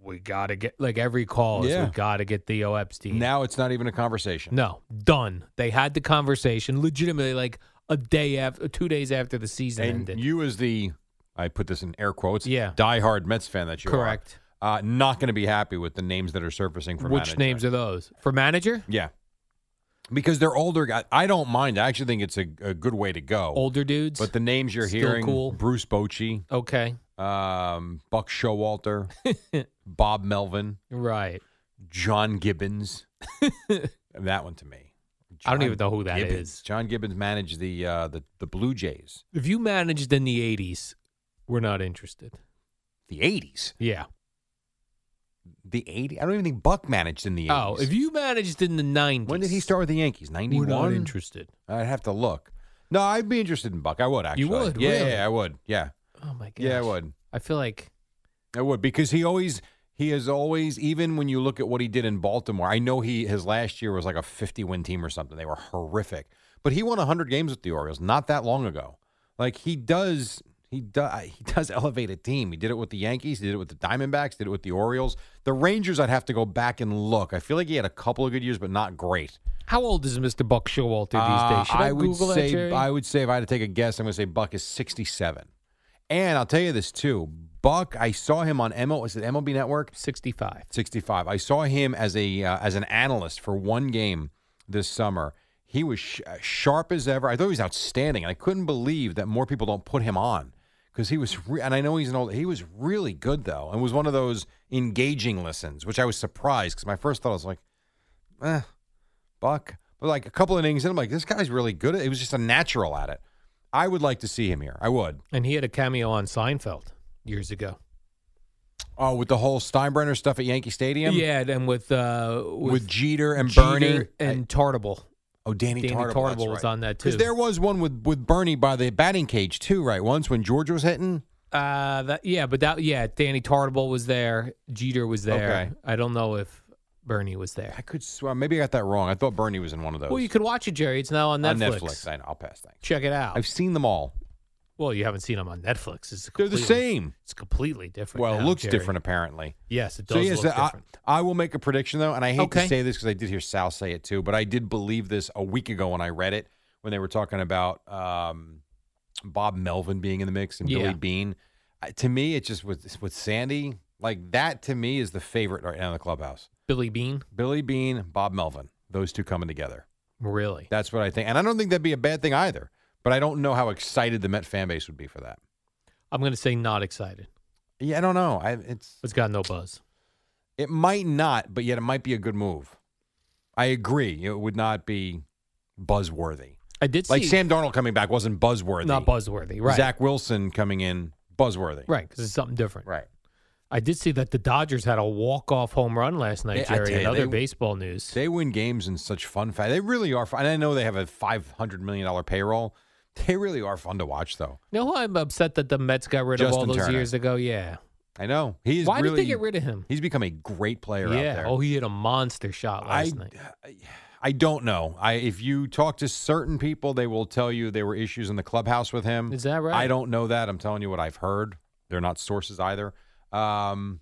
B: We got to get like every call is
C: Yeah.
B: we got to get Theo Epstein.
C: Now it's not even a conversation.
B: no, done. They had the conversation legitimately like a day after, two days after the season
C: And
B: ended.
C: you as the I put this in air quotes.
B: Yeah.
C: Diehard Mets fan that you are.
B: Correct.
C: Uh, not going to be happy with the names that are surfacing from
B: Which names are those for manager?
C: yeah, because they're older guys. I don't mind. I actually think it's a, a good way to go.
B: Older dudes.
C: Oh, but the names you're
B: Still
C: hearing:
B: cool.
C: Bruce Bochy,
B: okay,
C: um, Buck Showalter, Bob Melvin,
B: right.
C: John Gibbons. that one to me.
B: I don't
C: John
B: even know who that is.
C: Gibbons. John Gibbons managed the uh, the the Blue Jays,
B: If you managed in the '80s, we're not interested.
C: the '80s,
B: Yeah.
C: the '80s. I don't even think Buck managed in the
B: Oh,
C: '80s.
B: if you managed in the '90s,
C: when did he start with the Yankees?
B: We're not
C: Ninety-one.
B: interested.
C: I'd have to look. No, I'd be interested in Buck. I would actually.
B: You would,
C: yeah,
B: really?
C: yeah, I would, yeah,
B: Oh my god.
C: yeah, I would,
B: I feel like
C: I would, because he always, he is always, even when you look at what he did in Baltimore. I know he his last year was like a fifty-win team or something. They were horrific, but he won hundred games with the Orioles not that long ago. Like he does, he does, he does elevate a team. He did it with the Yankees, he did it with the Diamondbacks, did it with the Orioles, the Rangers. I'd have to go back and look. I feel like he had a couple of good years, but not great.
B: how old is Mr. Buck Showalter these
C: Uh,
B: days? Should I, Google
C: would
B: that,
C: say
B: Jerry?
C: I would say if I had to take a guess, I'm going to say Buck is 67. And I'll tell you this too, Buck. I saw him on ML. Is it MLB Network?
B: 65.
C: 65. I saw him as a uh, as an analyst for one game this summer. He was sh- uh, sharp as ever. I thought he was outstanding, and I couldn't believe that more people don't put him on because he was. Re- and I know he's an old. He was really good though, and was one of those engaging listens, which I was surprised because my first thought was like, "Eh, Buck." But like a couple innings, and I'm like, "This guy's really good." at It was just a natural at it. I would like to see him here. I would.
B: And he had a cameo on Seinfeld years ago.
C: Oh, with the whole Steinbrenner stuff at Yankee Stadium.
B: yeah, and with uh
C: With, Jeter and
B: Jeter
C: Bernie
B: and Tartable.
C: Oh, Danny,
B: Danny
C: Tartable,
B: Tartable was on that, too.
C: Because there was one with with Bernie by the batting cage too, right? Once when George was hitting.
B: Uh that yeah, but that yeah, Danny Tartable was there, Jeter was there.
C: Okay.
B: I don't know if Bernie was there.
C: I could swear maybe I got that wrong. I thought Bernie was in one of those.
B: Well, you could watch it, Jerry. It's now on
C: on
B: Netflix.
C: Netflix. I know. I'll pass that.
B: Check it out.
C: I've seen them all.
B: Well, you haven't seen them on Netflix. It's
C: They're the
B: completely-
C: same.
B: It's completely different.
C: Well, it
B: now,
C: looks
B: Jerry.
C: different apparently.
B: Yes, it does
C: So uh, yes,
B: look
C: I,
B: different.
C: I will make a prediction though, and I hate
B: Okay.
C: to say this because I did hear Sal say it too, but I did believe this a week ago when I read it when they were talking about um, Bob Melvin being in the mix and
B: Yeah.
C: Billy Bean. I, to me, it just with with Sandy like that. To me, is the favorite right now in the clubhouse.
B: Billy Bean,
C: Billy Bean, Bob Melvin, those two coming together.
B: really?
C: That's what I think. And I don't think that'd be a bad thing either. But I don't know how excited the Met fan base would be for that.
B: I'm going to say not excited.
C: Yeah, I don't know. I, it's
B: It's got no buzz.
C: it might not, but yet it might be a good move. I agree. It would not be buzzworthy.
B: I did
C: Like
B: see
C: Sam Darnold coming back wasn't buzzworthy.
B: not buzzworthy, right?
C: Zach Wilson coming in buzzworthy.
B: Right, because it's something different.
C: Right.
B: I did see that the Dodgers had a walk-off home run last
C: They- I
B: night,
C: tell
B: Jerry.
C: you,
B: in other
C: they-
B: baseball news.
C: They win games in such fun fashion. They really are fun. And I know they have a five hundred million dollar payroll. They really are fun to watch, though.
B: You know who I'm upset that the Mets got rid of all
C: Justin
B: those
C: Turner.
B: years ago? Yeah.
C: I know he's.
B: Why did
C: really,
B: they get rid of him?
C: He's become a great player out
B: Yeah.
C: there.
B: Oh, he hit a monster shot
C: I,
B: last night.
C: I don't know. I if you talk to certain people, they will tell you there were issues in the clubhouse with him.
B: Is that right?
C: I don't know that. I'm telling you what I've heard. They're not sources either. Um,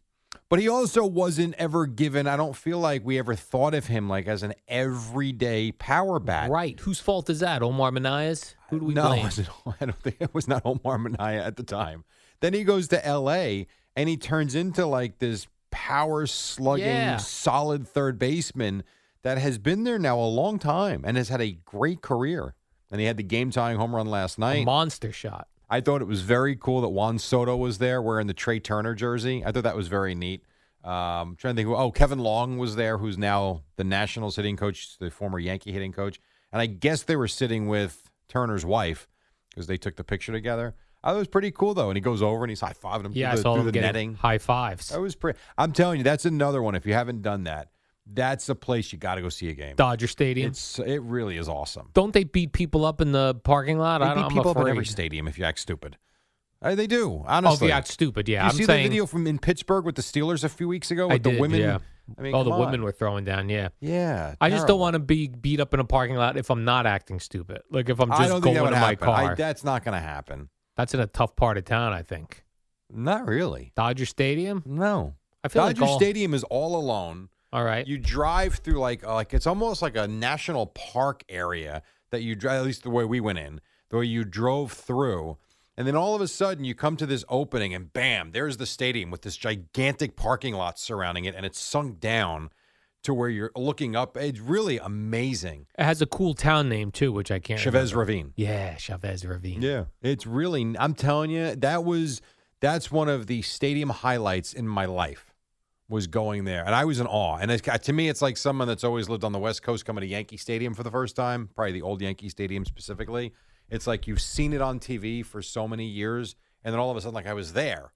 C: but he also wasn't ever given. I don't feel like we ever thought of him like as an everyday power bat.
B: Right. Whose fault is that? Omar Minayas? Who do we
C: no, it
B: blame?
C: wasn't- I don't think it was not Omar Minaya at the time. Then he goes to L.A. and he turns into like this power slugging,
B: Yeah.
C: solid third baseman that has been there now a long time and has had a great career. And he had the game tying home run last
B: A
C: night.
B: monster shot.
C: I thought it was very cool that Juan Soto was there wearing the Trey Turner jersey. I thought that was very neat. Um, trying to think, who- oh, Kevin Long was there, who's now the Nationals hitting coach, the former Yankee hitting coach. And I guess they were sitting with Turner's wife because they took the picture together. I thought it was pretty cool, though. And he goes over and he's high fiving him
B: Yeah, I
C: through the,
B: saw
C: through
B: him
C: the
B: getting
C: netting. Oh.
B: high fives.
C: That was pretty. I'm telling you, that's another one. If you haven't done that, that's a place you got to go see a game.
B: Dodger Stadium.
C: It's, it really is awesome.
B: Don't they beat people up in the parking lot?
C: They
B: I don't,
C: beat
B: I'm
C: people
B: afraid.
C: up in every stadium if you act stupid. Uh, they do,
B: Oh, if
C: honestly.
B: you act stupid, yeah.
C: you
B: I'm
C: see
B: saying
C: the video from in Pittsburgh with the Steelers a few weeks ago
B: I
C: with the
B: did,
C: women.
B: Yeah.
C: I mean,
B: oh, the
C: come on.
B: women were throwing down. Yeah.
C: Yeah,
B: I just
C: terrible.
B: don't want to be beat up in a parking lot if I'm not acting stupid. Like if I'm
C: I
B: just
C: don't
B: going
C: think that
B: to
C: would
B: my
C: happen. I-
B: car.
C: that's not going to happen.
B: That's in a tough part of town, I think.
C: Not really.
B: Dodger Stadium.
C: No.
B: I feel
C: Dodger
B: like all,
C: Stadium is all alone.
B: All right.
C: You drive through like uh, like it's almost like a national park area that you drive. At least the way we went in, the way you drove through, and then all of a sudden you come to this opening, and bam, there's the stadium with this gigantic parking lot surrounding it, and it's sunk down to where you're looking up. It's really amazing.
B: it has a cool town name too, which I can't.
C: Chavez
B: remember.
C: Ravine.
B: Yeah, Chavez Ravine.
C: Yeah, it's really. I'm telling you, that was that's one of the stadium highlights in my life was going there, and I was in awe. And it's, to me, it's like someone that's always lived on the West Coast coming to Yankee Stadium for the first time, probably the old Yankee Stadium specifically. It's like you've seen it on TV for so many years, and then all of a sudden, like I was there,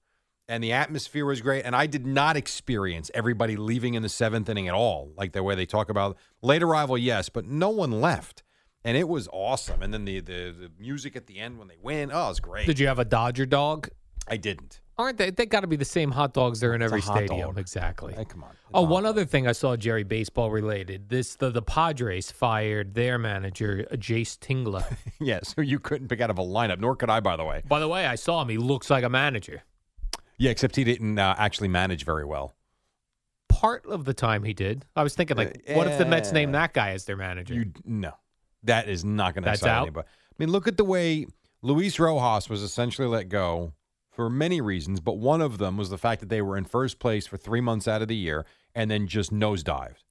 C: and the atmosphere was great. And I did not experience everybody leaving in the seventh inning at all, like the way they talk about late arrival, yes, but no one left. And it was awesome. And then the, the, the music at the end when they win, oh, it was great.
B: Did you have a Dodger dog?
C: I didn't.
B: Aren't they? They got to be the same hot dogs there in
C: It's a
B: every
C: hot
B: stadium.
C: dog.
B: Exactly.
C: Hey, come on.
B: Oh, one other thing I saw, Jerry, baseball related. This the, the Padres fired their manager, uh, Jace Tingla.
C: Yes, who you couldn't pick out of a lineup, nor could I, by the way.
B: By the way, I saw him. He looks like a manager.
C: Yeah, except he didn't uh, actually manage very well.
B: Part of the time he did. I was thinking, like, what if the Mets named that guy as their manager?
C: Uh, You no, that is not going to
B: That's
C: excite
B: out?
C: anybody. I mean, look at the way Luis Rojas was essentially let go for many reasons, but one of them was the fact that they were in first place for three months out of the year and then just nosedived.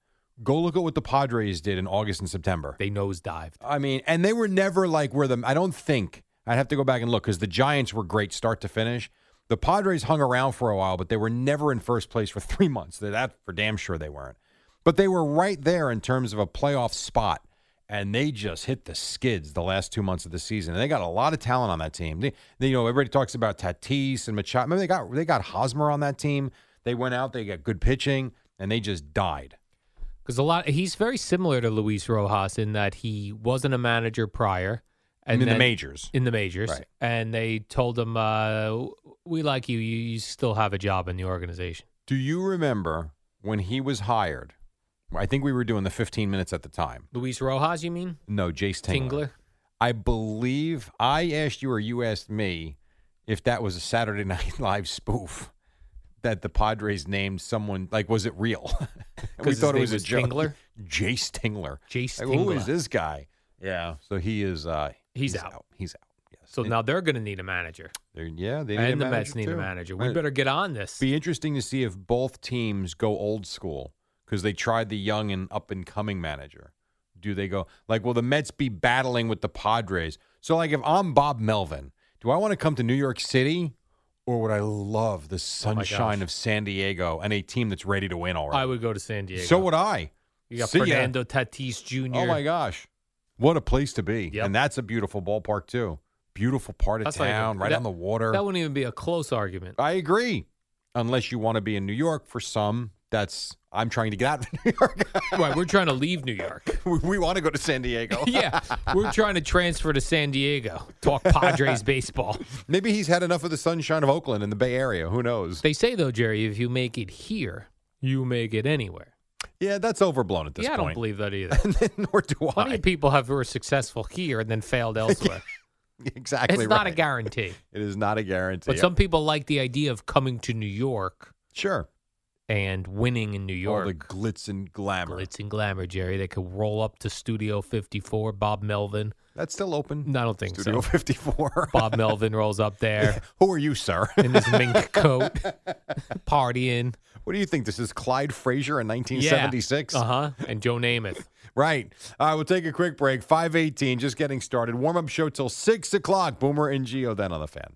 C: Go look at what the Padres did in August and September.
B: they nosedived.
C: I mean, and they were never like where the I don't think I'd have to go back and look because the Giants were great start to finish. The Padres hung around for a while, but they were never in first place for three months. That- That for damn sure they weren't. But they were right there in terms of a playoff spot, and they just hit the skids the last two months of the season. And they got a lot of talent on that team. They, they- you know, everybody talks about Tatis and Machado. Remember they got they got Hosmer on that team. They went out, they got good pitching, and they just died.
B: Because a lot, he's very similar to Luis Rojas in that he wasn't a manager prior,
C: in the
B: then-
C: majors.
B: in the majors,
C: Right.
B: and they told him, uh, "We like you. you. You still have a job in the organization."
C: Do you remember when he was hired? I think we were doing the 15 minutes at the time.
B: Luis Rojas, you mean
C: No, Jace Tingler.
B: Tingler?
C: I believe I asked you or you asked me if that was a Saturday Night Live spoof that the Padres named someone. Like, was it real? And we
B: his
C: thought it
B: name
C: was,
B: was
C: a joke.
B: Tingler?
C: Jace Tingler.
B: Jace
C: Like, Who
B: Tingler.
C: is this guy? Yeah. So he is. Uh,
B: He's out.
C: He's out. Yes.
B: So now they're going to need a manager,
C: They're- yeah, they need a
B: and the
C: manager
B: Mets need a
C: too.
B: manager. We
C: Right.
B: better get on this.
C: Be interesting to see if both teams go old school because they tried the young and up and coming manager. Do they go like, will the Mets be battling with the Padres? So, like, if I'm Bob Melvin, do I want to come to New York City or would I love the sunshine
B: Oh gosh.
C: of San Diego and a team that's ready to win
B: I
C: already?
B: would go to San Diego.
C: So would I.
B: you got
C: See ya.
B: Fernando Tatis Jr.
C: Oh my gosh. What a place to be.
B: Yep.
C: And that's a beautiful ballpark, too. Beautiful part of
B: That's not even-
C: town, right
B: that-
C: on the water.
B: That wouldn't even be a close argument.
C: I agree. unless you want to be in New York for some. That's I'm trying to get out of New York.
B: right, we're trying to leave New York.
C: we, we want to go to San Diego.
B: yeah, we're trying to transfer to San Diego. Talk Padres baseball.
C: Maybe he's had enough of the sunshine of Oakland and the Bay Area. Who knows?
B: They say though, Jerry, if you make it here, you make it anywhere.
C: Yeah, that's overblown at this
B: yeah, I don't
C: point.
B: believe that either.
C: Nor do
B: Plenty
C: I.
B: of people have who are successful here and then failed elsewhere.
C: Exactly.
B: it's not a
C: right.
B: guarantee.
C: It is not a guarantee.
B: But some people like the idea of coming to New York
C: sure.
B: and winning in New
C: All the
B: York.
C: glitz and glamour.
B: Glitz and glamour, Jerry. They could roll up to Studio 54, Bob Melvin.
C: That's still open.
B: No, I don't think
C: Studio
B: so.
C: 54.
B: Bob Melvin rolls up there
C: Who are you, sir?
B: in his mink coat, partying.
C: what do you think? This is Clyde Frazier in 1976?
B: Uh huh. And Joe Namath.
C: Right. All right, we'll take a quick break. 518, just getting started. Warm up show till 6 o'clock. Boomer and Geo then on the fan.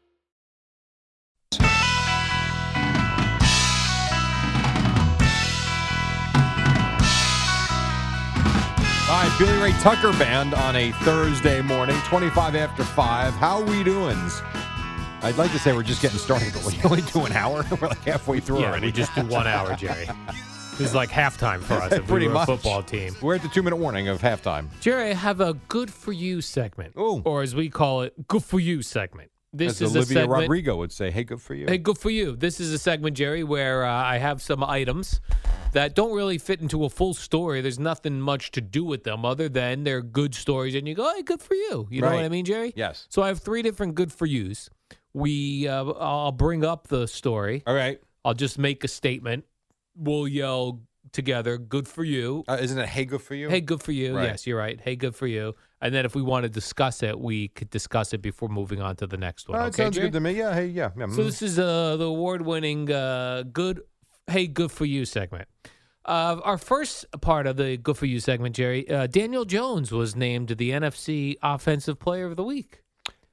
C: All right, Billy Ray Tucker Band on a Thursday morning, 25 after 5. How we doings? I'd like to say we're just getting started, but we only do an hour. We're like halfway through
B: Yeah,
C: already.
B: we just do one hour, Jerry. This is like halftime for us if
C: Pretty
B: we were
C: much.
B: a football team.
C: We're at the two minute warning of halftime.
B: Jerry, I have a good for you segment,
C: Ooh.
B: or as we call it, good for you segment. This
C: As
B: is a
C: Olivia
B: segment.
C: Rodrigo would say, hey, good for you.
B: Hey, good for you. This is a segment, Jerry, where uh, I have some items that don't really fit into a full story. There's nothing much to do with them other than they're good stories, and you go, "Hey, good for you." You know what I
C: Right.
B: mean, Jerry?
C: Yes.
B: So I have three different good for yous. We, uh, I'll bring up the story.
C: All right.
B: I'll just make a statement. We'll yell together, "Good for you,"
C: Uh, isn't it hey, good for you?
B: Hey, good for you.
C: Right.
B: Yes, you're right. Hey, good for you. And then if we want to discuss it, we could discuss it before moving on to the next
C: Oh,
B: one.
C: that
B: okay,
C: sounds
B: Jay?
C: good to me. Yeah, hey, yeah. yeah.
B: So this is uh, the award-winning uh, good. Hey, good for you segment. Uh, our first part of the good for you segment, Jerry. Uh, Daniel Jones was named the NFC Offensive Player of the Week.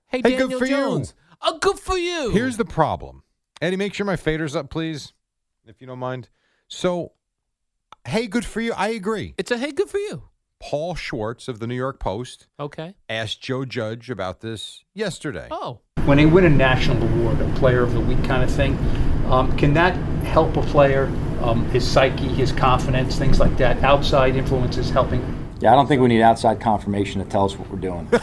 B: Hey,
C: Hey, good
B: Daniel
C: for you.
B: Jones. You. Uh, good for you.
C: Here's the problem. Eddie, make sure my fader's up, please, if you don't mind. So, hey, good for you. I agree.
B: It's a hey, good for you.
C: Paul Schwartz of the New York Post
B: Okay.
C: asked Joe Judge about this yesterday.
B: Oh,
G: When they win a national award, a player of the week kind of thing, um, can that help a player, um, his psyche, his confidence, things like that? Outside influences helping
E: Yeah, I don't think we need outside confirmation to tell us what we're doing.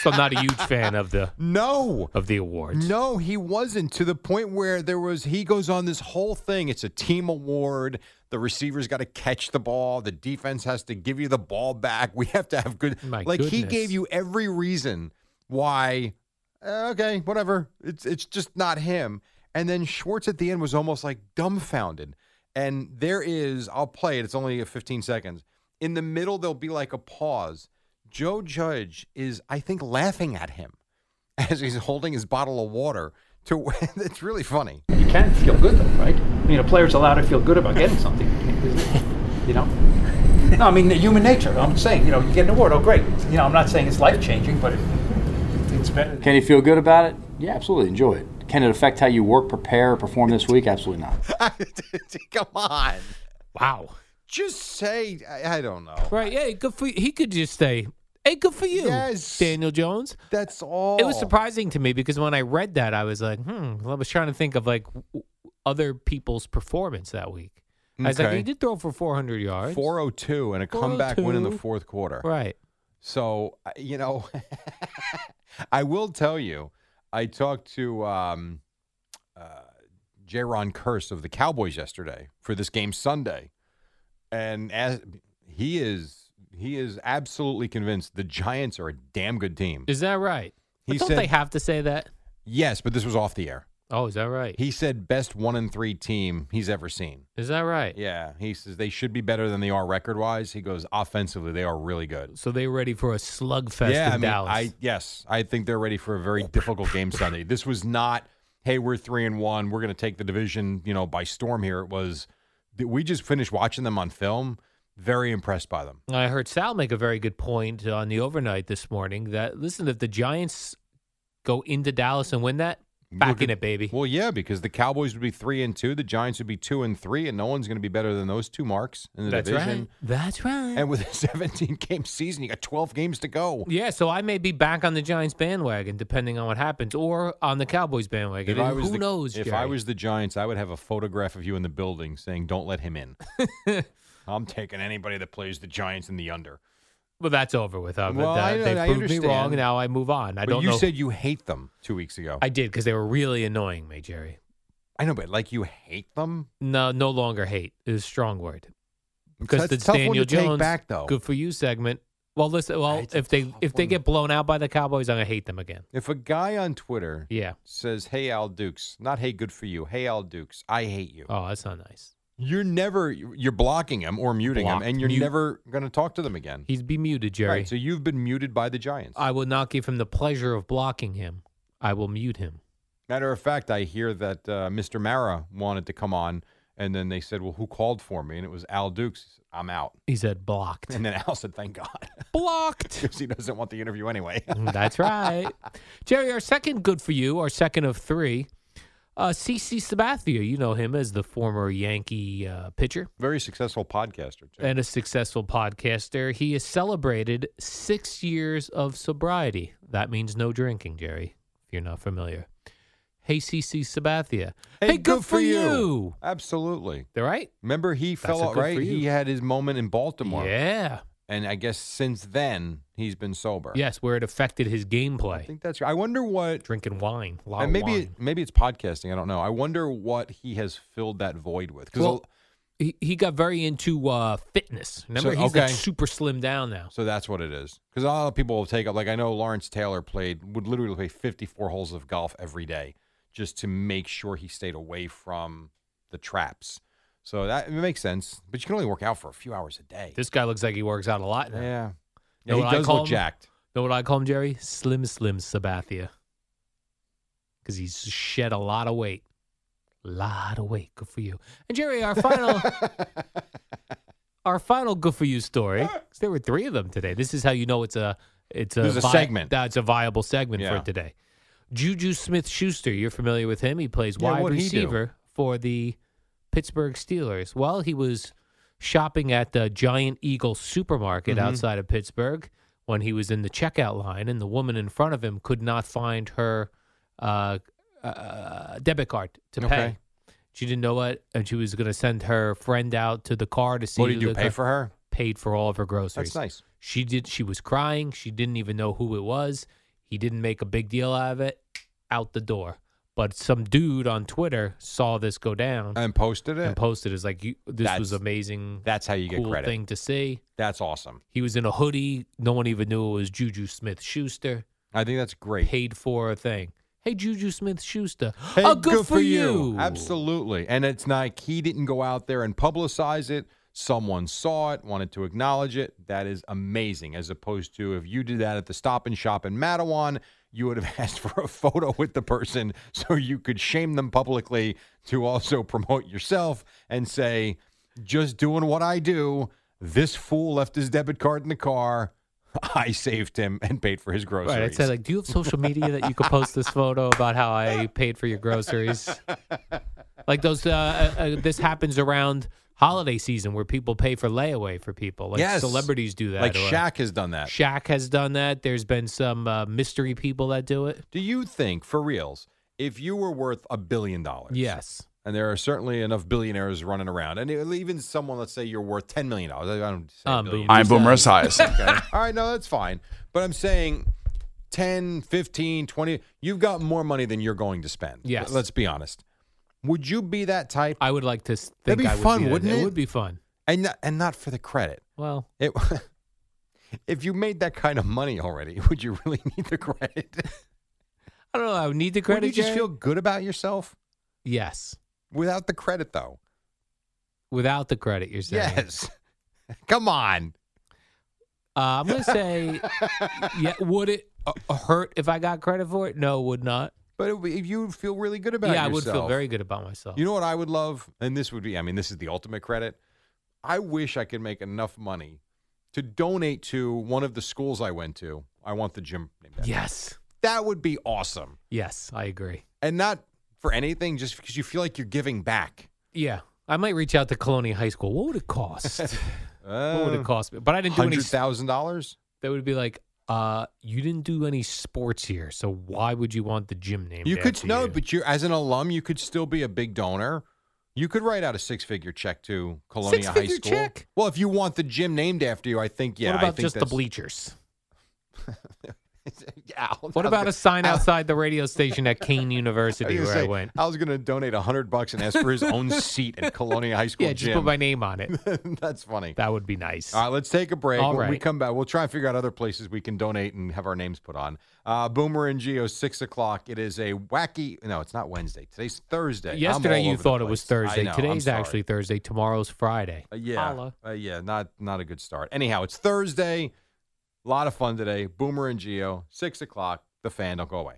B: so I'm not a huge fan of the
C: No.
B: of the awards.
C: No, he wasn't to the point where there was he goes on this whole thing. It's a team award. The receiver's got to catch the ball. The defense has to give you the ball back. We have to have good
B: My
C: like he
B: goodness.
C: gave you every reason why eh, okay, whatever. It's it's just not him. And then Schwartz at the end was almost like dumbfounded. And there is, I'll play it. It's only 15 seconds. In the middle there'll be like a pause. Joe Judge is I think laughing at him as he's holding his bottle of water to it's really funny
G: you can feel good though, right? I mean, a player's allowed to feel good about getting something, isn't it? you know. No, I mean human nature. I'm saying, you know, you get an award. Oh, great. You know, I'm not saying it's life changing, but it, it's better. Than
E: Can you feel good about it? Yeah, absolutely. Enjoy it. Can it affect how you work, prepare, perform this week? Absolutely not.
C: come on
B: Wow.
C: just say i, I don't know
B: Right. Yeah. Good for you. He could just say, "Hey, good for you,
C: Yes.
B: Daniel Jones."
C: that's all
B: It was surprising to me because when I read that, I was like, "Hmm." I was trying to think of like w- w- other people's performance that week. I was like,
C: Okay.
B: "He did throw for 400 yards."
C: 402 and a comeback win in the
B: 402.
C: fourth quarter
B: Right.
C: so I- you know i will tell you i talked to um uh Jaron curse of the cowboys yesterday for this game sunday and as he is he is absolutely convinced the giants are a damn good team
B: Is that right? But
C: He
B: don't
C: said-
B: they have to say that?
C: Yes, but this was off the air.
B: Oh, is that right?
C: He said best one and three team he's ever seen.
B: is that right?
C: Yeah, he says they should be better than they are record wise. He goes offensively, they are really good.
B: So they were ready for a slugfest
C: yeah,
B: in
C: I mean,
B: Dallas.
C: I yes, I think they're ready for a very difficult game Sunday. This was not. hey, we're three and one, we're going to take the division, you know, by storm here. It was we just finished watching them on film. Very impressed by them.
B: I heard Sal make a very good point on the overnight this morning that listen, if the Giants go into Dallas and win that, back in it, baby.
C: Well, yeah, because the Cowboys would be three and two, the Giants would be two and three, and no one's going to be better than those two marks in the
B: That's
C: division.
B: right. That's right.
C: And with a 17 game season, you got 12 games to go.
B: yeah, so I may be back on the Giants bandwagon, depending on what happens, or on the Cowboys bandwagon. And who
C: the,
B: knows?
C: If I
B: Jerry?
C: was the Giants, I would have a photograph of you in the building saying, "Don't let him in." I'm taking anybody that plays the Giants in the under.
B: well, that's over with. Um,
C: Well,
B: that-
C: I-
B: they
C: I
B: proved
C: understand.
B: me wrong. Now I move on. I
C: but
B: don't
C: you
B: know.
C: said you hate them two weeks ago.
B: I did because they were really annoying me, Jerry.
C: I know, but like you hate them.
B: No, no longer hate is a strong word because
C: That's
B: the
C: a tough one
B: Daniel
C: to take
B: Jones
C: back, though.
B: good for you segment. Well, listen. Well,
C: It's a
B: if they
C: tough
B: if they
C: one.
B: get blown out by the Cowboys, I'm gonna hate them again.
C: If a guy on Twitter
B: Yeah.
C: says, "Hey Al Dukes," not "Hey good for you," "Hey Al Dukes," I hate you.
B: Oh, that's not nice.
C: You're never you're blocking him or muting
B: Blocked.
C: him, and you're
B: Mute.
C: never going to talk to them again.
B: He's be muted, Jerry.
C: Right, so you've been muted by the Giants.
B: I will not give him the pleasure of blocking him. I will mute him.
C: Matter of fact, I hear that uh, Mr. Mara wanted to come on, and then they said, "Well, who called for me?" And it was Al Dukes. He said, I'm out.
B: He said blocked.
C: And then Al said, "Thank God,"
B: blocked.
C: because he doesn't want the interview anyway.
B: That's right. Jerry, our second good for you, our second of three, uh, CC Sabathia. You know him as the former Yankee uh, pitcher
C: Very successful podcaster. Too.
B: and a successful podcaster. He has celebrated six years of sobriety. That means no drinking, Jerry, if you're not familiar. Hey, CC Sabathia.
C: Absolutely.
B: They're right.
C: Remember, he
B: That's a
C: fell out.
B: good
C: Right,
B: for you.
C: he had his moment in Baltimore,
B: Yeah.
C: and I guess since then he's been sober.
B: Yes, where it affected his
C: I
B: gameplay.
C: think that's. I wonder what.
B: Drinking wine. a lot
C: And
B: of
C: maybe
B: wine.
C: it, maybe it's podcasting. I don't know. I wonder what he has filled that void with. 'Cause
B: Well,
C: a-
B: he, he got very into uh, fitness. Remember,
C: So-
B: he's like
C: okay.
B: super slim down now.
C: So that's what it is. Because a lot of people will take up. Like I know Lawrence Taylor played would literally play 54 holes of golf every day just to make sure he stayed away from the traps. So that it makes sense. But you can only work out for a few hours a day.
B: This guy looks like he works out a lot now.
C: yeah.
B: Know
C: Yeah, he
B: what I
C: does
B: call
C: look
B: him?
C: jacked.
B: Know what I call him, Jerry? Slim Slim Sabathia. Because he's shed a lot of weight. lot of weight. Good for you. And Jerry, our final our final good for you story. 'cause there were three of them today. This is how you know it's a it's a,
C: There's a segment.
B: That's a viable segment
C: Yeah.
B: for today. Juju Smith Schuster, you're familiar with him. He plays
C: Yeah,
B: wide
C: what'd he do?
B: receiver for the Pittsburgh Steelers. Well, he was shopping at the Giant Eagle supermarket
C: Mm-hmm.
B: outside of Pittsburgh when he was in the checkout line, and the woman in front of him could not find her uh, uh, debit card to
C: Okay.
B: pay. She didn't know what, and she was going to send her friend out to the car to see.
C: What did you
B: the
C: pay for her?
B: Paid for all of her groceries.
C: That's nice.
B: She did. She was crying. She didn't even know who it was. He didn't make a big deal out of it. Out the door. But some dude on Twitter saw this go down
C: And posted
B: and
C: it.
B: posted as like, you, "This was
C: That's-
B: amazing.
C: that's how you get
B: cool
C: credit.
B: thing to see."
C: that's awesome.
B: He was in a hoodie. No one even knew it was Juju Smith Schuster.
C: I think that's great.
B: Paid for a thing. Hey, Juju Smith Schuster.
C: Hey,
B: oh, good, for you.
C: Absolutely. And it's like he didn't go out there and publicize it. Someone saw it, wanted to acknowledge it. That is amazing. As opposed to if you did that at the stop and shop in Mattawan, you would have asked for a photo with the person so you could shame them publicly to also promote yourself and say, just doing what I do. This fool left his debit card in the car. I saved him and paid for his groceries.
B: Right. I said, like, do you have social media that you could post this photo about how I paid for your groceries? like those. Uh, uh, uh, this happens around holiday season where people pay for layaway for people. Like
C: Yes.
B: celebrities do that.
C: like
B: or-
C: Shaq has done that.
B: Shaq has done that. There's been some uh, mystery people that do it.
C: Do you think, for reals, if you were worth a billion dollars,
B: Yes.
C: and there are certainly enough billionaires running around, and e-, even someone, let's say you're worth ten million dollars, I don't say
B: Um,
C: billion.
B: boom.
H: I'm Boomer Esiason.
C: okay? All right, no, that's fine, but I'm saying. 10, 15, 20, you've got more money than you're going to spend.
B: Yes.
C: Let's be honest. Would you be that type?
B: I would like to s- think
C: be
B: I would
C: fun,
B: be that-
C: wouldn't
B: It
C: it?
B: would be fun.
C: And not, and not for the credit.
B: Well,
C: It, if you made that kind of money already, would you really need the credit?
B: I don't know. I would need the
C: Would
B: credit.
C: you just
B: Jerry?
C: feel good about yourself
B: yes
C: without the credit, though?
B: without the credit. You're saying
C: Yes. Come on.
B: Uh, I'm uh, gonna say, yeah. Would it uh, hurt if I got credit for it? No, would not.
C: But it, if you feel really good about
B: yeah,
C: yourself.
B: I would feel very good about myself.
C: You know what I would love? And this would be, I mean, this is the ultimate credit. I wish I could make enough money to donate to one of the schools I went to. I want the gym named after me.
B: yes,
C: That would be awesome.
B: yes, I agree.
C: And not for anything, just because you feel like you're giving back.
B: Yeah, I might reach out to Colonia High School. What would it cost? what would
C: Uh,
B: it cost me? But I didn't do any.
C: $100,000?
B: That would be like, uh, you didn't do any sports here, so why would you want the gym name?
C: You could,
B: know,
C: no, but you, as an alum, you could still be a big donor. You could write out a six figure check to Colonia High
B: Six-figure
C: School.
B: check?
C: Well, if you want the gym named after you, I think, yeah.
B: what
C: I
B: about
C: think
B: just the
C: that's-
B: bleachers?
C: Yeah, I'll-
B: What
C: I'll-
B: about a sign outside the radio station at Kane University
C: was
B: where
C: gonna
B: I
C: say,
B: went?
C: I was going to donate a hundred bucks and ask for his own seat at Colonia High School
B: Yeah, just
C: gym.
B: put my name on it.
C: That's funny.
B: That would be nice.
C: All right, let's take a break.
B: All
C: when we
B: right.
C: come back, we'll try and figure out other places we can donate and have our names put on. Uh, Boomer and Geo, six o'clock. It is a wacky. No, it's not Wednesday. Today's Thursday. I'm
B: Yesterday
C: all
B: you
C: over the
B: thought it was
C: place. I
B: Thursday.
C: know, I'm
B: Today's
C: sorry.
B: actually Thursday. Tomorrow's Friday.
C: Uh, yeah,
B: Holla.
C: uh, yeah. Not not a good start. Anyhow, it's Thursday. A lot of fun today. Boomer and Geo, six o'clock. The fan, don't go away.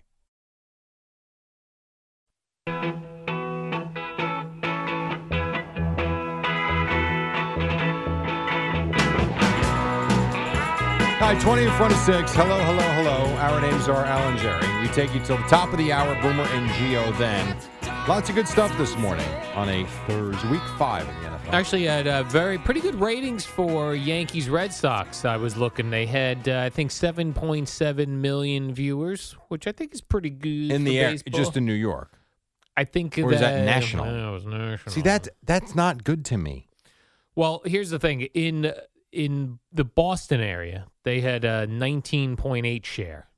C: Hi, 20 in front of 6. Hello, hello, hello. Our names are Alan Jerry. We take you till the top of the hour, Boomer and Geo then. Lots of good stuff this morning on a Thursday, week five in the NFL.
B: Actually, had uh, very pretty good ratings for Yankees Red Sox. I was looking; they had, uh, I think, seven point seven million viewers, which I think is pretty good for
C: in the air,
B: baseball.
C: just in New York.
B: I think,
C: or is that national?
B: Yeah, it was national.
C: See, that's, that's not good to me.
B: well. Here's the thing: in in the Boston area, they had a nineteen point eight share,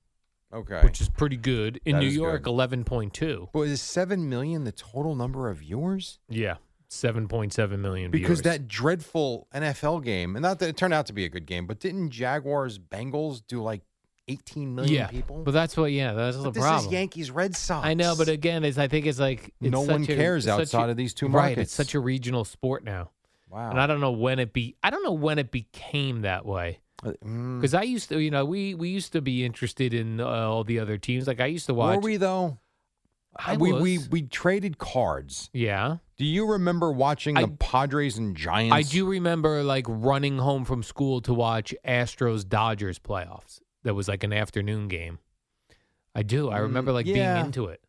C: Okay.
B: which is pretty good. In
C: That
B: New
C: is
B: York,
C: good.
B: eleven point two.
C: Well, is 7 million the total number of viewers?
B: Yeah, seven point seven million viewers.
C: Because that dreadful NFL game, and not that it turned out to be a good game, but didn't Jaguars Bengals do like 18 million
B: yeah,
C: people?
B: but that's what. Yeah, that's the
C: But this
B: problem.
C: is Yankees Red Sox.
B: I know, but again, it's, I think it's like it's
C: No
B: such
C: one
B: a-
C: cares
B: such a-
C: outside of these two
B: Right,
C: markets.
B: it's such a regional sport now,
C: wow.
B: and I don't know when it be. I don't know when it became that way
C: Mm.
B: because I used to, you know, we we used to be interested in uh, all the other teams. Like I used to watch.
C: Were we though?
B: I
C: we we
B: was.
C: we traded cards.
B: Yeah,
C: Do you remember watching
B: I-
C: the Padres and Giants?
B: I do remember like running home from school to watch Astros Dodgers playoffs. That was like an afternoon game. I do. I
C: Mm,
B: remember like
C: yeah.
B: being into it.